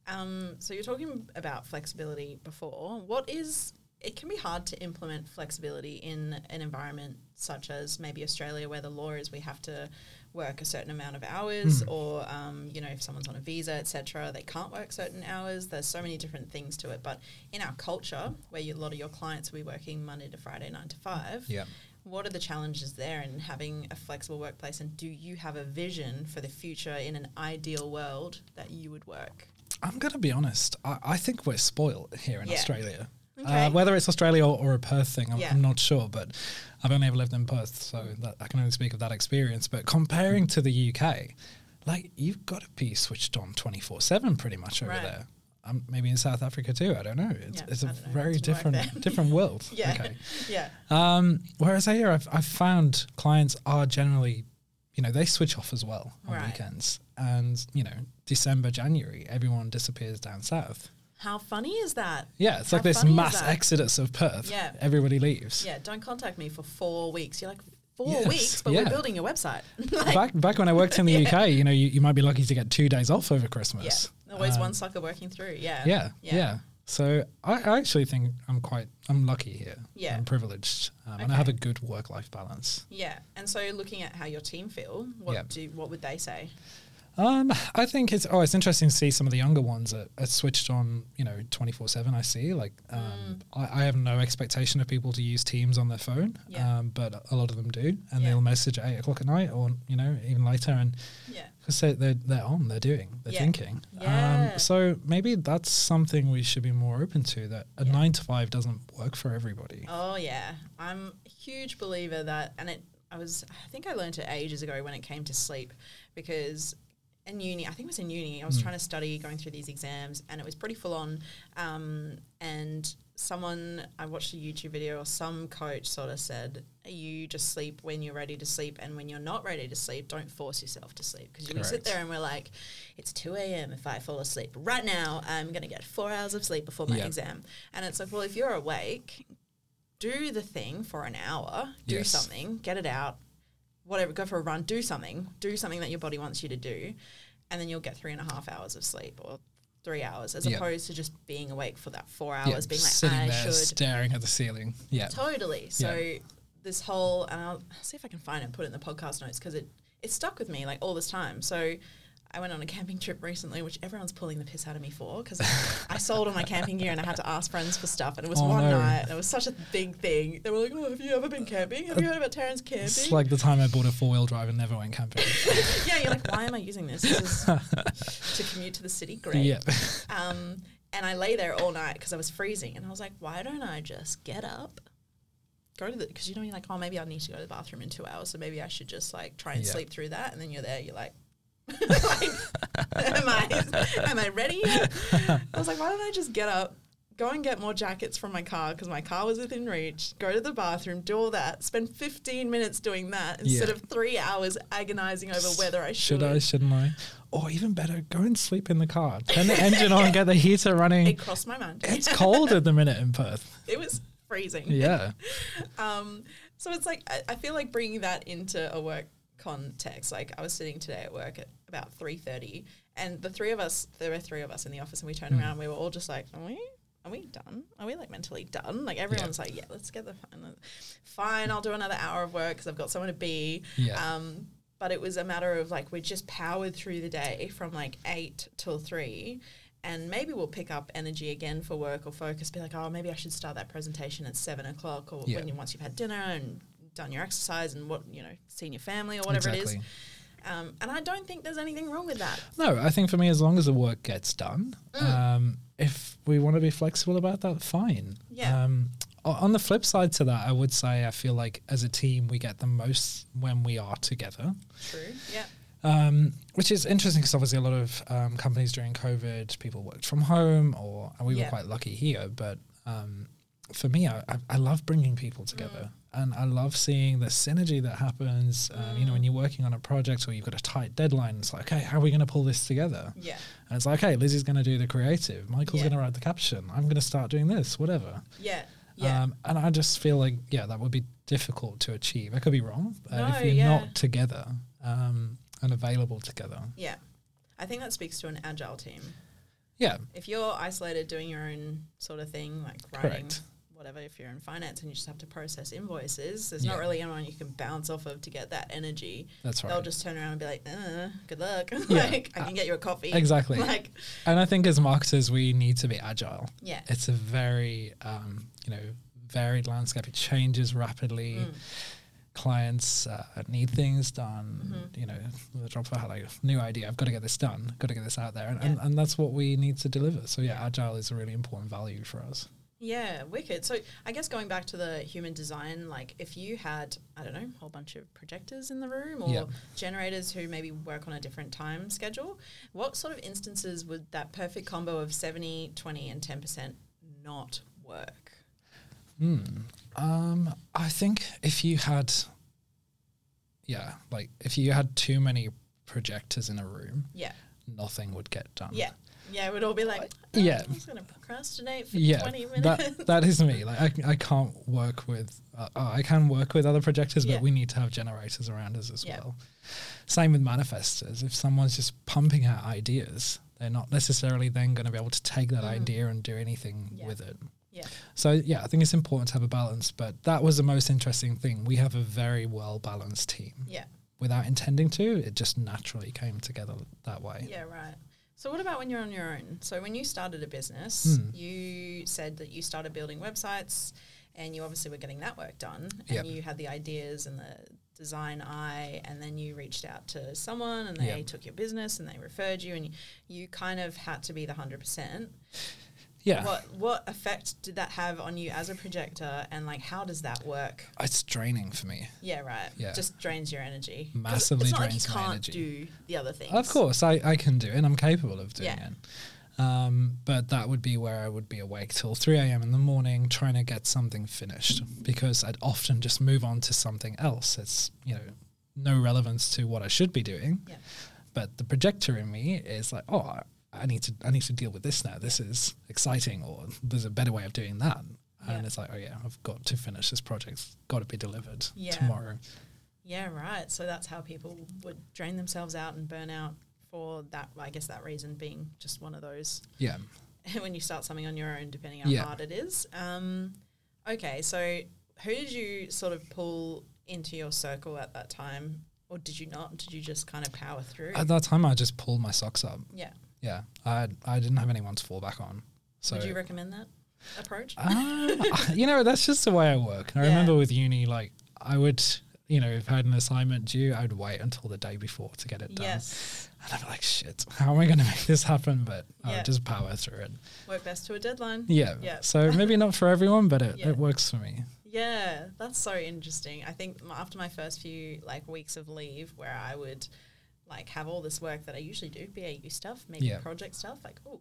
A: Um, so you're talking about flexibility before. What is it can be hard to implement flexibility in an environment such as maybe Australia, where the law is we have to work a certain amount of hours, or um, you know, if someone's on a visa, etc., they can't work certain hours. There's so many different things to it. But in our culture, where you, a lot of your clients will be working Monday to Friday, nine to five,
B: Yeah.
A: what are the challenges there in having a flexible workplace? And do you have a vision for the future in an ideal world that you would work?
B: I'm going to be honest. I, I think we're spoiled here in
A: Yeah.
B: Australia.
A: Okay.
B: Uh, whether it's Australia or, or a Perth thing, I'm,
A: Yeah.
B: I'm not sure, but I've only ever lived in Perth, so that, I can only speak of that experience. But comparing to the UK, like you've got to be switched on 24 7 pretty much over
A: Right.
B: there. Um, maybe in South Africa too. I don't know. It's,
A: Yeah,
B: it's a
A: I don't know.
B: very
A: Doesn't work there.
B: different different world.
A: Yeah,
B: Okay.
A: yeah,
B: Um, whereas here, I've, I've found clients are generally, you know, they switch off as well on
A: Right.
B: weekends. And, you know, December, January, everyone disappears down south.
A: how funny is that?
B: Yeah, it's
A: How
B: like this
A: funny is
B: mass
A: that?
B: exodus of Perth.
A: Yeah.
B: Everybody leaves.
A: Yeah, don't contact me for four weeks. You're like, four
B: Yes,
A: weeks, but
B: yeah.
A: we're building your website. like,
B: Back, back when I worked in the UK, you know, you, you might be lucky to get two days off over
A: yeah,
B: Christmas.
A: always one sucker working through. Yeah,
B: Um, Yeah, yeah. So I, I actually think I'm quite, I'm lucky here.
A: Yeah.
B: I'm privileged. Um, And I
A: Okay.
B: have a good work-life balance.
A: yeah. And so, looking at how your team feel, what
B: Yeah.
A: do what would they say?
B: Um, I think it's oh, it's interesting to see some of the younger ones that are switched on, you know, twenty four seven. I see, like, um,
A: Mm.
B: I, I have no expectation of people to use Teams on their phone,
A: Yeah.
B: um, but a lot of them do, and
A: Yeah.
B: they'll message at eight o'clock at night, or you know, even later, and
A: Yeah,
B: because they, they're they're on, they're doing, they're
A: Yeah.
B: thinking.
A: Yeah.
B: Um, so maybe that's something we should be more open to. That a
A: Yeah.
B: nine to five doesn't work for everybody.
A: Oh yeah, I'm a huge believer that, and it. I was. I think I learned it ages ago when it came to sleep, because in uni, I think it was in uni, I was trying to study, going through these exams, and it was pretty full on. Um, and someone, I watched a YouTube video, or some coach sort of said, "You just sleep when you're ready to sleep, and when you're not ready to sleep, don't force yourself to sleep." Because you sit
B: Correct.
A: there and we're like, "It's two a.m. If I fall asleep right now, I'm gonna get four hours of sleep before my
B: Yeah.
A: exam." And it's like, well, if you're awake, do the thing for an hour, do
B: Yes.
A: something, get it out, whatever, go for a run, do something, do something that your body wants you to do, and then you'll get three and a half hours of sleep or three hours, as
B: Yeah.
A: opposed to just being awake for that four
B: Yeah,
A: hours, being like,
B: sitting
A: I
B: there
A: should.
B: staring at the ceiling. Yeah,
A: Totally. So
B: Yeah.
A: this whole, and I'll see if I can find it and put it in the podcast notes because it, it stuck with me like all this time. So I went on a camping trip recently, which everyone's pulling the piss out of me for because I sold all my camping gear and I had to ask friends for stuff. And it was
B: Oh,
A: one
B: no.
A: night and it was such a big thing. They were like, oh, have you ever been camping? Have you heard about Taryn's camping?
B: it's like the time I bought a four wheel drive and never went camping.
A: yeah, you're like, why am I using this? This is to commute to the city. Great.
B: yeah.
A: Um, and I lay there all night because I was freezing, and I was like, why don't I just get up, go to the? Because you know you're like, oh, maybe I need to go to the bathroom in two hours, so maybe I should just like try and
B: Yeah.
A: sleep through that. And then you're there, you're like. like, am I am I ready? yet? I was like, why don't I just get up, go and get more jackets from my car because my car was within reach. Go to the bathroom, do all that, spend 15 minutes doing that instead
B: Yeah.
A: of three hours agonizing over whether I should.
B: Should I? Shouldn't I? Or even better, go and sleep in the car. Turn the engine on, get the heater running.
A: It crossed my mind.
B: It's cold at the minute in Perth.
A: It was freezing.
B: Yeah.
A: um, so it's like I, I feel like bringing that into a work context. Like I was sitting today at work at about three thirty, and the three of us, there were three of us in the office, and we turned around. and We were all just like, "Are we? Are we done? Are we like mentally done?" Like everyone's like, "Yeah, let's get the fine. Fine, I'll do another hour of work because I've got somewhere to be."
B: Yeah.
A: Um, but it was a matter of like we just powered through the day from like eight till three. And maybe we'll pick up energy again for work or focus. Be like, oh, maybe I should start that presentation at seven o'clock, or
B: Yeah.
A: when you, once you've had dinner and done your exercise and what you know, seen your family or whatever it
B: Exactly.
A: is. Um, and I don't think there's anything wrong with that.
B: No, I think for me, as long as the work gets done,
A: Mm.
B: um, if we want to be flexible about that, fine.
A: Yeah.
B: Um, o- on the flip side to that, I would say I feel like as a team, we get the most when we are together.
A: True. Yeah.
B: um, which is interesting because obviously a lot of um, companies during COVID, people worked from home, or and we were
A: Yeah.
B: quite lucky here. But um, for me, I, I- I love bringing people together,
A: Mm.
B: and I love seeing the synergy that happens. Um, you know,
A: Mm.
B: when you're working on a project or you've got a tight deadline, it's like, okay, how are we going to pull this together?
A: Yeah.
B: And it's like, okay, Lizzie's going to do the creative, Michael's
A: Yeah.
B: going to write the caption, I'm going to start doing this, whatever.
A: Yeah. Yeah.
B: Um, and I just feel like, yeah, that would be difficult to achieve. I could be wrong, but
A: No,
B: if you're
A: yeah.
B: not together um, and available together,
A: yeah. I think that speaks to an agile team.
B: yeah,
A: If you're isolated doing your own sort of thing, like writing
B: Correct.
A: whatever, if you're in finance and you just have to process invoices, there's
B: Yeah.
A: not really anyone you can bounce off of to get that energy.
B: That's
A: They'll
B: right.
A: just turn around and be like, uh, good luck.
B: Yeah.
A: like, I can get you a coffee.
B: Exactly.
A: Like,
B: And I think as marketers, we need to be agile.
A: yeah.
B: It's a very, um, you know, varied landscape. It changes rapidly.
A: Mm.
B: Clients uh, need things done.
A: Mm-hmm.
B: You know, the drop of a hat, like new idea. I've got to get this done. Got to get this out there, and, and,
A: Yeah.
B: and that's what we need to deliver. So yeah, agile is a really important value for us.
A: Yeah, wicked. So I guess going back to the human design, like if you had, I don't know, a whole bunch of projectors in the room or
B: Yeah.
A: generators who maybe work on a different time schedule, what sort of instances would that perfect combo of 70, 20, and 10% not work?
B: Hmm. Um, I think if you had, yeah, like if you had too many projectors in a room,
A: Yeah.
B: nothing would get done.
A: Yeah. Yeah, it would all be like,
B: Um, yeah.
A: yeah. I'm just going to procrastinate for
B: yeah,
A: 20 minutes.
B: that that is me. Like I, I can't work with uh, oh, I can work with other projectors,
A: Yeah.
B: but we need to have generators around us as
A: Yeah.
B: well. Same with manifestors. If someone's just pumping out ideas, they're not necessarily then going to be able to take that idea and do anything
A: Mm-hmm. Yeah.
B: with it.
A: yeah.
B: So yeah, I think it's important to have a balance. But that was the most interesting thing. We have a very well balanced team.
A: Yeah.
B: Without intending to, it just naturally came together that way.
A: Yeah, right. So, what about when you're on your own? So, when you started a business,
B: Hmm.
A: you said that you started building websites and you obviously were getting that work done and
B: Yep.
A: you had the ideas and the design eye, and then you reached out to someone and they
B: Yep.
A: took your business and they referred you, and you, you kind of had to be the 100%.
B: Yeah.
A: What, what effect did that have on you as a projector, and like how does that work?
B: It's draining for me.
A: Yeah, right.
B: Yeah.
A: Just drains your energy. 'Cause
B: Massively
A: it's not
B: drains
A: like
B: my
A: you can't
B: energy.
A: do the other things.
B: Of course, I, I can do it. and I'm capable of doing
A: Yeah.
B: it. Um, but that would be where I would be awake till 3 a.m. in the morning trying to get something finished because I'd often just move on to something else. It's, you know, no relevance to what I should be doing.
A: Yeah.
B: But the projector in me is like, oh, I- I need to I need to deal with this now. This is exciting or there's a better way of doing that. And
A: Yeah.
B: it's like, oh yeah, I've got to finish this project. It's got to be delivered
A: Yeah.
B: tomorrow.
A: Yeah, right. So that's how people would drain themselves out and burn out for that. I guess that reason being just one of those
B: Yeah.
A: when you start something on your own, depending how
B: Yeah.
A: hard it is. Um, okay, so who did you sort of pull into your circle at that time, or did you not? Did you just kind of power through?
B: At that time I just pulled my socks up.
A: yeah.
B: Yeah, I I didn't have anyone to fall back on. So
A: would you recommend that approach?
B: Um, you know, that's just the way I work. I
A: Yeah.
B: remember with uni, like I would, you know, if I had an assignment due, I'd wait until the day before to get it done.
A: yes,
B: And I'd be like, shit, how am I going to make this happen? But I
A: Yeah.
B: would just power through it.
A: work best to a deadline.
B: Yeah.
A: Yeah.
B: So maybe not for everyone, but it,
A: Yeah.
B: it works for me.
A: Yeah, that's so interesting. I think m- after my first few like weeks of leave, where I would like have all this work that I usually do, BAU stuff, maybe
B: Yeah.
A: project stuff, like oh,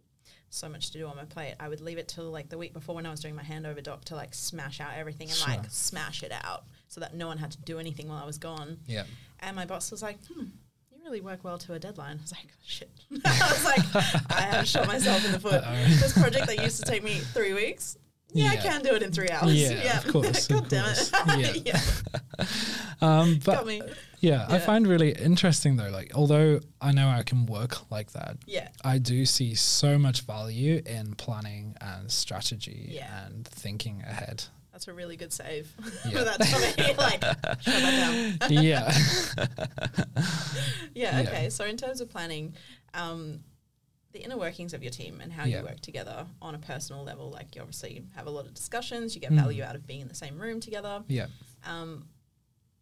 A: so much to do on my plate. I would leave it till like the week before when I was doing my handover doc to like smash out everything and like
B: Sure.
A: smash it out so that no one had to do anything while I was gone.
B: Yeah.
A: And my boss was like, hmm, you really work well to a deadline. I was like, shit. I was like, I have shot myself in the foot. This project that used to take me three weeks. Yeah,
B: Yeah.
A: I can do it in three hours.
B: Yeah, of course,
A: God
B: of
A: damn
B: course.
A: it. yeah.
B: Um,
A: Got
B: but
A: me.
B: yeah, I
A: Yeah.
B: find really interesting though. Like, although I know I can work like that,
A: Yeah.
B: I do see so much value in planning and strategy
A: Yeah.
B: and thinking ahead.
A: That's a really good save.
B: Yeah.
A: That's for me. Like, shut that down.
B: yeah.
A: Yeah,
B: Yeah.
A: okay. So, in terms of planning, um, the inner workings of your team and how
B: Yeah.
A: you work together on a personal level, like you obviously have a lot of discussions, you get
B: Mm.
A: value out of being in the same room together.
B: Yeah.
A: um,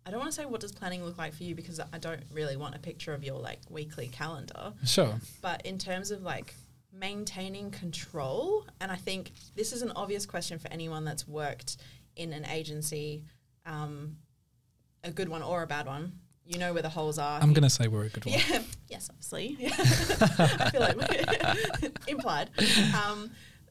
A: I don't want to say what does planning look like for you because I don't really want a picture of your like weekly calendar.
B: Sure.
A: But in terms of like maintaining control, and I think this is an obvious question for anyone that's worked in an agency, um, a good one or a bad one. You know where the holes are.
B: I'm going to say we're a good one.
A: Yeah. Yes, obviously. I feel like implied. Um,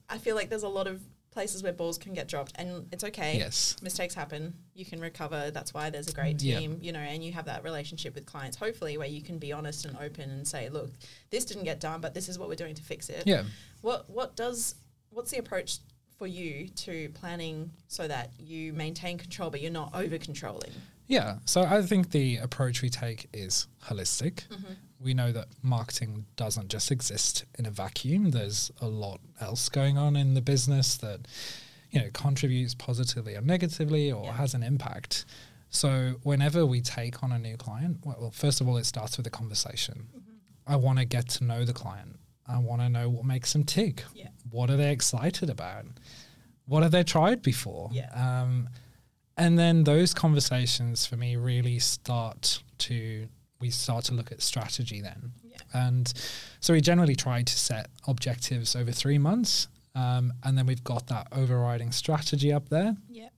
A: I feel like there's a lot of places where balls can get dropped, and it's okay
B: Yes.
A: mistakes happen you can recover that's why there's a great
B: Yeah.
A: team you know and you have that relationship with clients hopefully where you can be honest and open and say look this didn't get done but this is what we're doing to fix it
B: Yeah.
A: what what does what's the approach for you to planning so that you maintain control but you're not over controlling
B: Yeah. So I think the approach we take is holistic. We know that marketing doesn't just exist in a vacuum. There's a lot else going on in the business that you know, contributes positively or negatively or
A: Yeah.
B: has an impact. So whenever we take on a new client, well, well, first of all, it starts with a conversation. I want to get to know the client. I want to know what makes them tick.
A: Yeah.
B: What are they excited about? What have they tried before?
A: Yeah.
B: Um, and then those conversations for me really start to we start to look at strategy then.
A: Yeah.
B: And so we generally try to set objectives over three months. Um, and then we've got that overriding strategy up there.
A: Yeah.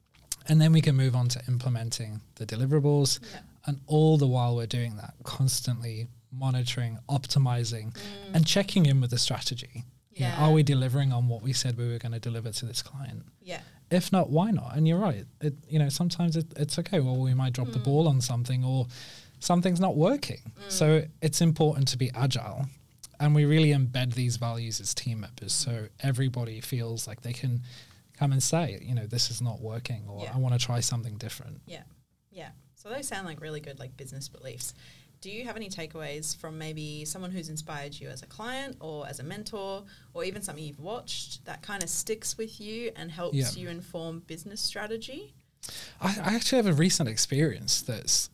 B: And then we can move on to implementing the deliverables.
A: Yeah.
B: And all the while we're doing that, constantly monitoring, optimizing, and checking in with the strategy. You know,
A: Yeah.
B: are we delivering on what we said we were going to deliver to this client?
A: Yeah.
B: If not, why not? And you're right. It, you know, sometimes it, it's okay. Well, we might drop
A: Mm.
B: the ball on something or something's not working. So it's important to be agile. And we really embed these values as team members. So everybody feels like they can come and say, you know, this is not working or
A: Yeah.
B: I want to try something different.
A: Yeah. Yeah. So those sound like really good like business beliefs. Do you have any takeaways from maybe someone who's inspired you as a client or as a mentor or even something you've watched that kind of sticks with you and helps
B: Yeah.
A: you inform business strategy?
B: I, I actually have a recent experience that's,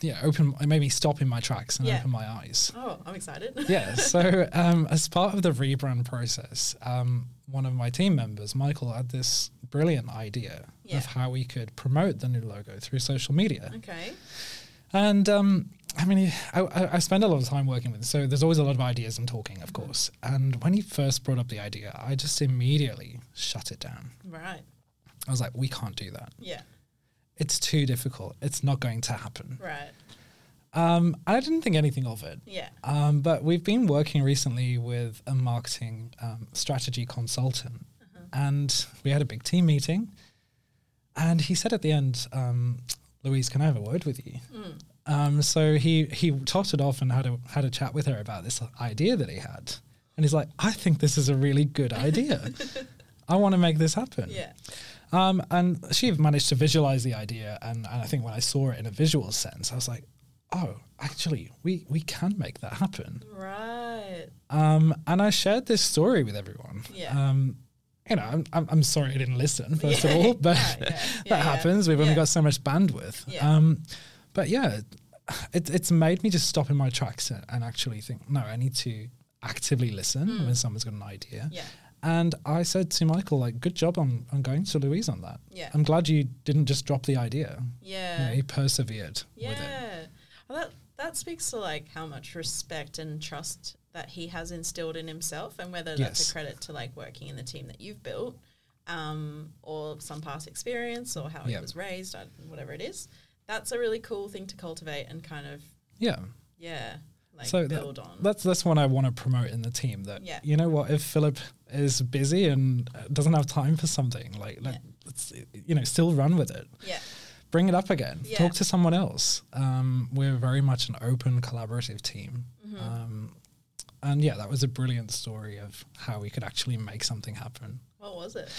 B: yeah, open, it made me stop in my tracks and
A: Yeah.
B: open my eyes.
A: Oh, I'm excited.
B: yeah. So um, as part of the rebrand process, um, one of my team members, Michael, had this brilliant idea
A: Yeah.
B: of how we could promote the new logo through social media.
A: okay.
B: And um, I mean, I, I, I spend a lot of time working with. So there's always a lot of ideas and talking, of course. And when he first brought up the idea, I just immediately shut it down.
A: Right.
B: I was like, we can't do that.
A: Yeah.
B: It's too difficult. It's not going to happen.
A: Right.
B: Um, I didn't think anything of it.
A: Yeah.
B: Um, but we've been working recently with a marketing um, strategy consultant, and we had a big team meeting. And he said at the end, um, "Louise, can I have a word with you?" Um, so he he totted off and had a had a chat with her about this idea that he had, and he's like, "I think this is a really good idea. I want to make this happen."
A: Yeah.
B: Um, and she managed to visualize the idea, and, and I think when I saw it in a visual sense, I was like, "Oh, actually, we we can make that happen."
A: Right.
B: Um, and I shared this story with everyone.
A: Yeah.
B: Um, you know, I'm, I'm, I'm sorry I didn't listen, first
A: Yeah.
B: of all, but
A: Yeah, yeah.
B: that
A: Yeah, yeah.
B: happens. We've
A: Yeah.
B: only got so much bandwidth.
A: Yeah.
B: Um, but yeah, it, it's made me just stop in my tracks and, and actually think, no, I need to actively listen when someone's got an idea.
A: Hmm. Yeah.
B: And I said to Michael, like, good job on, on going to Louise on that.
A: Yeah.
B: I'm glad you didn't just drop the idea. You know,
A: Yeah.
B: he persevered with it.
A: Yeah. Well, that that speaks to like how much respect and trust that he has instilled in himself, and whether that's
B: Yes.
A: a credit to like working in the team that you've built, um, or some past experience, or how he
B: Yeah.
A: was raised, I- whatever it is. That's a really cool thing to cultivate and kind of
B: Yeah.
A: yeah, like
B: so that-
A: build on.
B: that's that's one I want to promote in the team. That
A: Yeah.
B: you know what, if Philip is busy and uh, doesn't have time for something, like let, let's you know still run with it.
A: yeah,
B: Bring it up again.
A: Yeah.
B: Talk to someone else. Um, we're very much an open, collaborative team.
A: Mm-hmm.
B: Um, and yeah, that was a brilliant story of how we could actually make something happen.
A: what was it?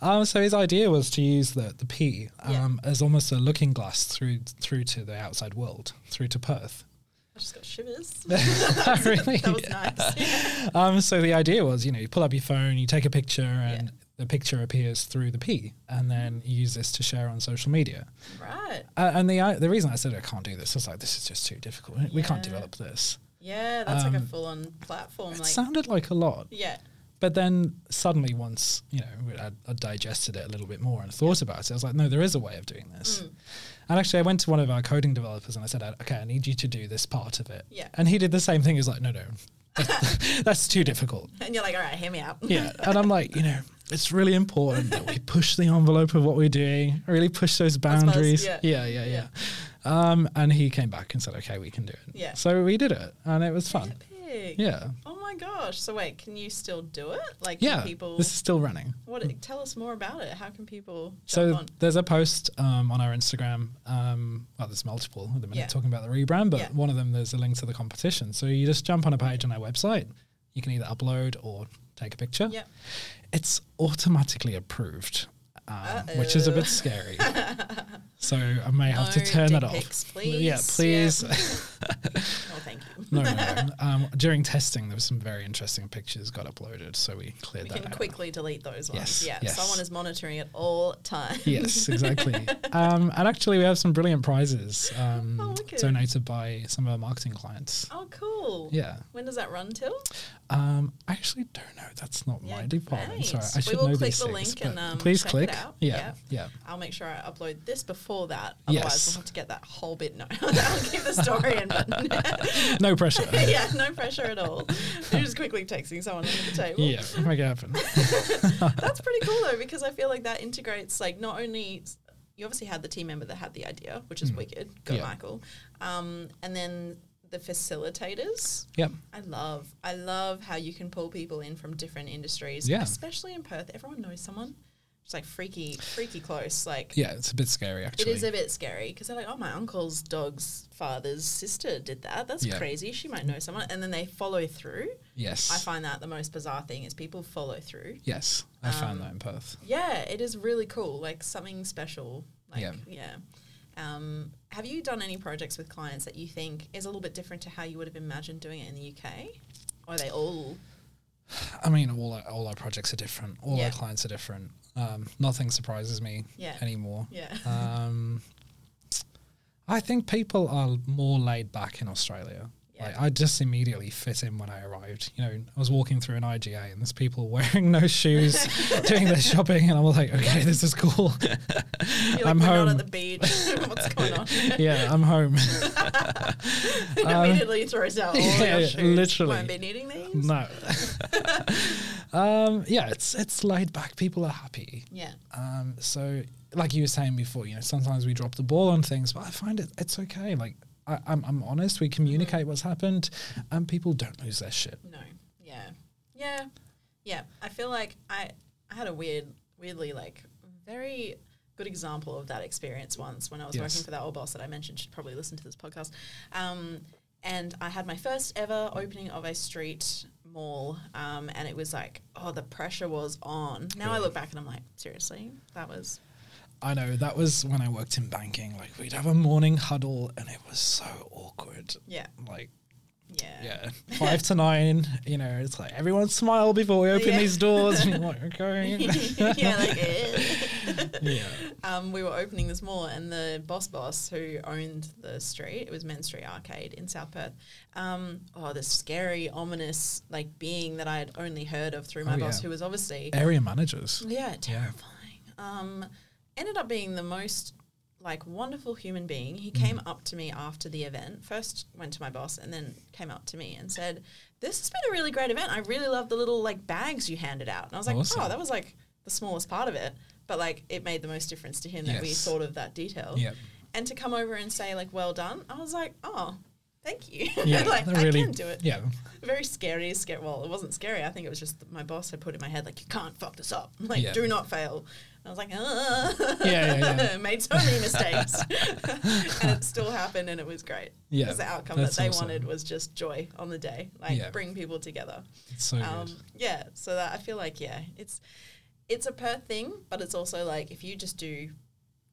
B: Um, so his idea was to use the the P
A: Yeah.
B: um, as almost a looking glass through through to the outside world, through to Perth.
A: I just got shivers.
B: really,
A: that was nice.
B: um, so the idea was, you know, you pull up your phone, you take a picture, and the picture appears through the P, and then you use this to share on social media.
A: right.
B: Uh, and the I the reason I said I can't do this is like this is just too difficult. We can't
A: Yeah.
B: develop this.
A: Yeah, that's like a
B: Um,
A: full-on platform.
B: It
A: Like,
B: sounded like a lot,
A: yeah,
B: but then suddenly once you know I, I digested it a little bit more and thought about it, I was like, no, there is a way of doing this.
A: Mm.
B: And actually, I went to one of our coding developers and I said, okay, I need you to do this part of it.
A: Yeah.
B: And he did the same thing. He was like, no, no, that's too difficult.
A: and you're like, all right, hear me out.
B: Yeah. And I'm like, you know, it's really important that we push the envelope of what we're doing, really push those boundaries.
A: yeah.
B: Yeah, yeah, yeah. Um, and he came back and said, okay, we can do it.
A: Yeah.
B: So we did it and it was fun.
A: Epic.
B: Yeah.
A: Oh my gosh! So wait, can you still do it? Like,
B: Yeah.
A: can people.
B: This is still running.
A: what? Tell us more about it. How can people?
B: So
A: jump on?
B: there's a post um, on our Instagram. Um, well, there's multiple at the minute
A: Yeah.
B: talking about the rebrand, but
A: Yeah.
B: one of them there's a link to the competition. So you just jump on a page on our website. You can either upload or take a picture.
A: Yep.
B: It's automatically approved, um, which is a
A: Uh-oh.
B: bit scary. so I may have to
A: No
B: turn
A: dick
B: it off.
A: pics,
B: Yeah,
A: please.
B: please.
A: No, thank you.
B: No, no. no. um, during testing, there were some very interesting pictures got uploaded, so we cleared
A: We
B: that
A: can
B: out.
A: quickly delete those ones.
B: Yes,
A: yeah,
B: yes.
A: someone is monitoring at all times.
B: Yes, exactly. um, and actually, we have some brilliant prizes um,
A: Oh, wicked.
B: donated by some of our marketing clients.
A: oh, cool.
B: Yeah.
A: When does that run till?
B: Um, I actually don't know. That's not
A: Yeah,
B: my department. Sorry,
A: great.
B: I
A: We
B: should
A: will
B: know
A: click
B: these
A: the
B: things,
A: link and,
B: but
A: um,
B: please
A: check it
B: click.
A: out.
B: Yeah, yeah.
A: I'll make sure I upload this before that. Otherwise,
B: Yes.
A: we'll have to get that whole bit. No, I'll keep the story in. But
B: No pressure.
A: yeah, no pressure at all. You're just quickly texting someone under the table.
B: yeah, make it happen.
A: That's pretty cool though, because I feel like that integrates like not only you obviously had the team member that had the idea, which is wicked, go
B: Hmm. Yeah.
A: Michael, um, and then the facilitators.
B: Yep.
A: I love, I love how you can pull people in from different industries,
B: Yeah.
A: especially in Perth. Everyone knows someone. It's like freaky, freaky close. Like
B: Yeah, it's a bit scary
A: it
B: actually.
A: is a bit scary because they're like, oh, my uncle's dog's father's sister did that. That's
B: Yeah.
A: crazy. She might know someone, and then they follow through.
B: yes.
A: I find that the most bizarre thing is people follow through.
B: yes, I
A: Um,
B: found that in Perth.
A: Yeah, it is really cool. Like something special. Like yeah.
B: Yeah.
A: Um, have you done any projects with clients that you think is a little bit different to how you would have imagined doing it in the UK? Or are they all
B: I mean, all our, all our projects are different. All
A: Yeah.
B: our clients are different. Um, nothing surprises me
A: Yeah.
B: anymore.
A: yeah.
B: Um, I think people are more laid back in Australia.
A: Yeah.
B: Like I just immediately fit in when I arrived. You know, I was walking through an IGA and there's people wearing no shoes, doing their shopping, and I'm like, okay, this is cool.
A: You're like,
B: I'm
A: we're
B: home.
A: not at the beach. What's going on?
B: yeah, I'm home.
A: Immediately throws out all
B: Uh, yeah,
A: your
B: yeah,
A: shoes.
B: literally.
A: Won't be needing these.
B: no. um, yeah, it's it's laid back. People are happy.
A: Yeah.
B: Um, so, like you were saying before, you know, sometimes we drop the ball on things, but I find it it's okay. Like I, I'm, I'm honest. We communicate what's happened, and people don't lose their shit.
A: No. Yeah. Yeah. Yeah. I feel like I I had a weird, weirdly like very good example of that experience once when I was
B: Yes.
A: working for that old boss that I mentioned should probably listen to this podcast. Um, and I had my first ever opening of a street mall, um, and it was like, oh, the pressure was on. Now I
B: Really?
A: look back and I'm like, seriously, that was
B: I know that was when I worked in banking. Like we'd have a morning huddle, and it was so awkward.
A: yeah,
B: Like
A: yeah,
B: yeah, five to nine. You know, it's like everyone smile before we open
A: Yeah.
B: these doors. And you're like, okay.
A: yeah, like. eh.
B: yeah.
A: um, we were opening this mall, and the boss boss who owned the street, it was Main Street Arcade in South Perth. Um, oh, this scary, ominous like being that I had only heard of through my
B: Oh,
A: boss,
B: yeah.
A: who was obviously
B: Area managers.
A: yeah terrifying. Um, ended up being the most like wonderful human being. He came
B: Mm.
A: up to me after the event. First went to my boss, and then came up to me and said, "This has been a really great event. I really love the little like bags you handed out." And I was like,
B: Awesome.
A: "Oh, that was like the smallest part of it." But like it made the most difference to him that we
B: Yes.
A: thought of that detail
B: Yep.
A: and to come over and say like well done i was like oh thank you
B: Yeah,
A: like
B: they're really,
A: i can do it
B: Yeah,
A: very scary scare well it wasn't scary i think it was just that my boss had put in my head like you can't fuck this up like
B: Yeah.
A: do not fail i was like ah.
B: Yeah, yeah, yeah.
A: made so many mistakes and it still happened and it was great
B: Yeah,
A: because the outcome
B: that's
A: that they
B: awesome.
A: wanted was just joy on the day like
B: Yeah.
A: bring people together
B: it's so
A: um,
B: good.
A: yeah so that i feel like yeah it's it's a Perth thing but it's also like if you just do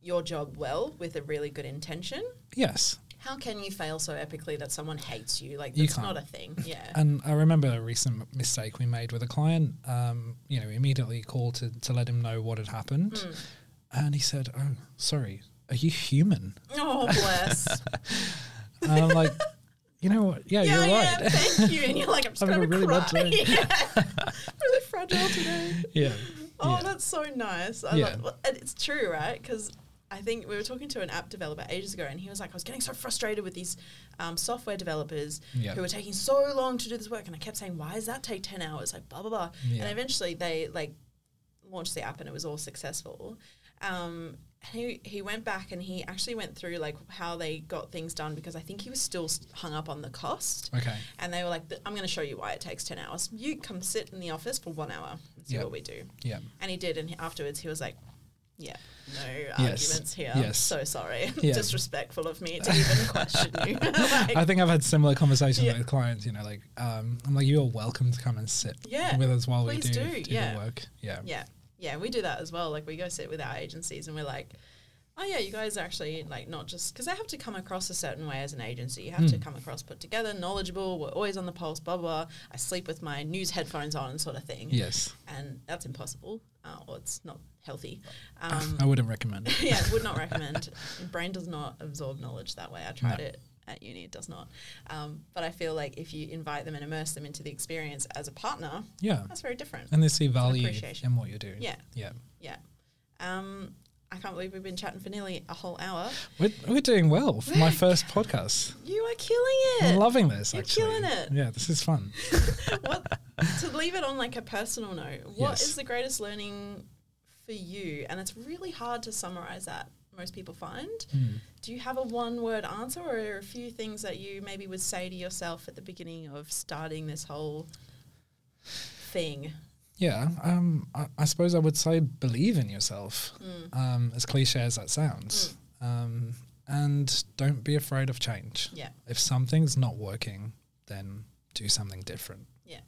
A: your job well with a really good intention
B: Yes,
A: how can you fail so epically that someone hates you like
B: You
A: that's
B: can't.
A: not a thing yeah
B: And I remember a recent m- mistake we made with a client. Um, you know, immediately called to, to let him know what had happened.
A: Hmm.
B: And he said, Oh, sorry, are you human?
A: oh bless
B: And I'm like, You know what? Yeah,
A: yeah
B: you're
A: yeah
B: right.
A: thank you and you're like i'm just
B: Having
A: gonna
B: a really
A: cry
B: bad day.
A: Yeah. really fragile today
B: yeah.
A: Oh,
B: Yeah.
A: that's so nice. I
B: Yeah.
A: love, well, and it's true, right? Because I think we were talking to an app developer ages ago, and he was like, I was getting so frustrated with these um, software developers
B: Yeah.
A: who were taking so long to do this work, and I kept saying, why does that take ten hours? Like blah blah blah.
B: Yeah.
A: And eventually, they like launched the app, and it was all successful. Um, and he, he went back and he actually went through like how they got things done because I think he was still s- hung up on the cost.
B: Okay.
A: And they were like, "Th- I'm going to show you why it takes 10 hours. You come sit in the office for one hour and see
B: Yeah.
A: what we do.
B: Yeah.
A: And he did, and he- afterwards he was like, "Yeah, no
B: Yes.
A: arguments here.
B: Yes.
A: So sorry,
B: Yeah.
A: disrespectful of me to even question you." Like,
B: I think I've had similar conversations
A: Yeah.
B: with clients, you know, like, um, I'm like, you're welcome to come and sit
A: Yeah,
B: with us while we
A: please
B: do,
A: do,
B: do,
A: yeah.
B: the work. Yeah.
A: yeah, yeah, we do that as well. Like we go sit with our agencies, and we're like, Oh yeah, you guys actually like not just because I have to come across a certain way as an agency. You have
B: Hmm.
A: to come across put together, knowledgeable. We're always on the pulse. Blah blah. blah. I sleep with my news headphones on, sort of thing.
B: Yes.
A: and that's impossible, uh, or it's not healthy. Um,
B: I wouldn't recommend it.
A: yeah, would not recommend. Your brain does not absorb knowledge that way. I tried it at uni; it does not. Um, but I feel like if you invite them and immerse them into the experience as a partner,
B: Yeah.
A: that's very different.
B: And they see value
A: appreciation.
B: in what you're doing.
A: Yeah.
B: Yeah.
A: Yeah. Um, I can't believe we've been chatting for nearly a whole hour.
B: We're, we're doing well for my first podcast.
A: You are killing
B: I'm
A: it.
B: loving this.
A: You're
B: actually.
A: killing it.
B: Yeah, this is fun.
A: what, to leave it on like a personal note, What is
B: Yes.
A: the greatest learning for you? And it's really hard to summarize that. Most people find.
B: Hmm.
A: Do you have a one-word answer, or are there a few things that you maybe would say to yourself at the beginning of starting this whole thing?
B: Yeah, um, I, I suppose I would say believe in yourself,
A: Mm.
B: um, as cliche as that sounds. Um, and don't be afraid of change.
A: Yeah,
B: If something's not working, then do something different.
A: yeah.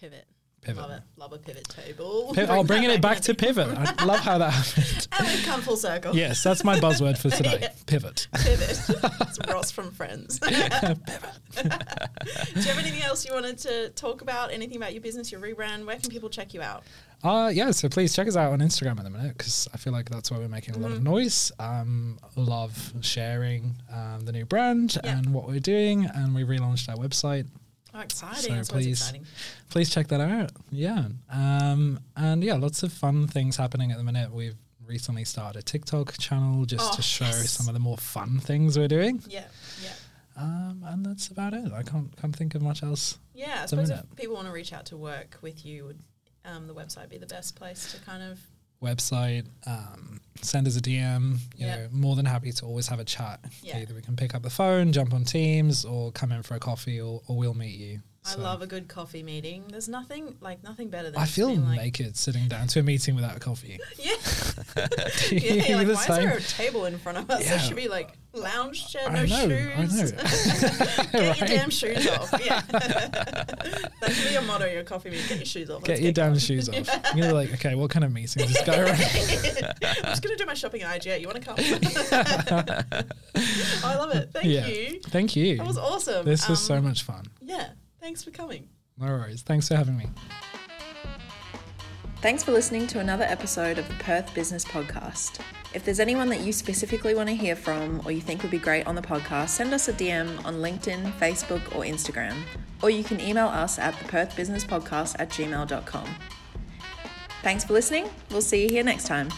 A: Pivot.
B: Pivot.
A: Love it. Love a pivot table.
B: Piv- oh, bringing it back to pivot. I love how that happened.
A: And we come full circle.
B: Yes, that's my buzzword for today. Pivot.
A: Pivot. it's Ross from Friends. Do you have anything else you wanted to talk about? Anything about your business, your rebrand? Where can people check you out?
B: Uh, yeah, so please check us out on Instagram at the minute because I feel like that's where we're making a lot
A: Mm.
B: of noise. Um, love sharing um, the new brand
A: Yeah.
B: and what we're doing, and we relaunched our website.
A: Oh, exciting.
B: So
A: That's always
B: please-
A: exciting.
B: Please check that out. Yeah, um, and yeah, lots of fun things happening at the minute. We've recently started a TikTok channel just
A: Oh,
B: to show
A: yes.
B: some of the more fun things we're doing,
A: Yeah, yeah.
B: um, and that's about it. I can't can't think of much else.
A: Yeah, I
B: Something
A: suppose if people want to reach out to work with you, would um, the website be the best place to kind of
B: website, um, send us a DM. You
A: Yeah.
B: know, more than happy to always have a chat.
A: Yeah.
B: Either we can pick up the phone, jump on Teams, or come in for a coffee, or, or we'll meet you. So
A: I love a good coffee meeting. There's nothing like nothing better than
B: I
A: just
B: feel
A: being like,
B: naked sitting down to a meeting without a coffee.
A: yeah,
B: Do
A: yeah.
B: you
A: you're like,
B: the
A: why is
B: same?
A: there a table in front of us?
B: Yeah.
A: There should be like lounge chair, no
B: I know, I
A: shoes.
B: know.
A: Get your
B: Right?
A: damn shoes off. Yeah, that should be your motto. Your coffee meeting. Get your shoes off.
B: Get
A: Let's
B: your damn
A: going.
B: shoes off. You're gonna be like, okay, what kind of meeting is this guy running?
A: I'm just gonna do my shopping at IGA. You want to come? I love it. Thank
B: Yeah.
A: you.
B: Thank you.
A: That was awesome.
B: This was
A: Um,
B: so much fun.
A: Yeah. Thanks for coming.
B: No worries. Thanks for having me.
C: Thanks for listening to another episode of the Perth Business Podcast. If there's anyone that you specifically want to hear from or you think would be great on the podcast, send us a DM on LinkedIn, Facebook, or Instagram. Or you can email us at theperthbusinesspodcast at gmail.com. Thanks for listening. We'll see you here next time.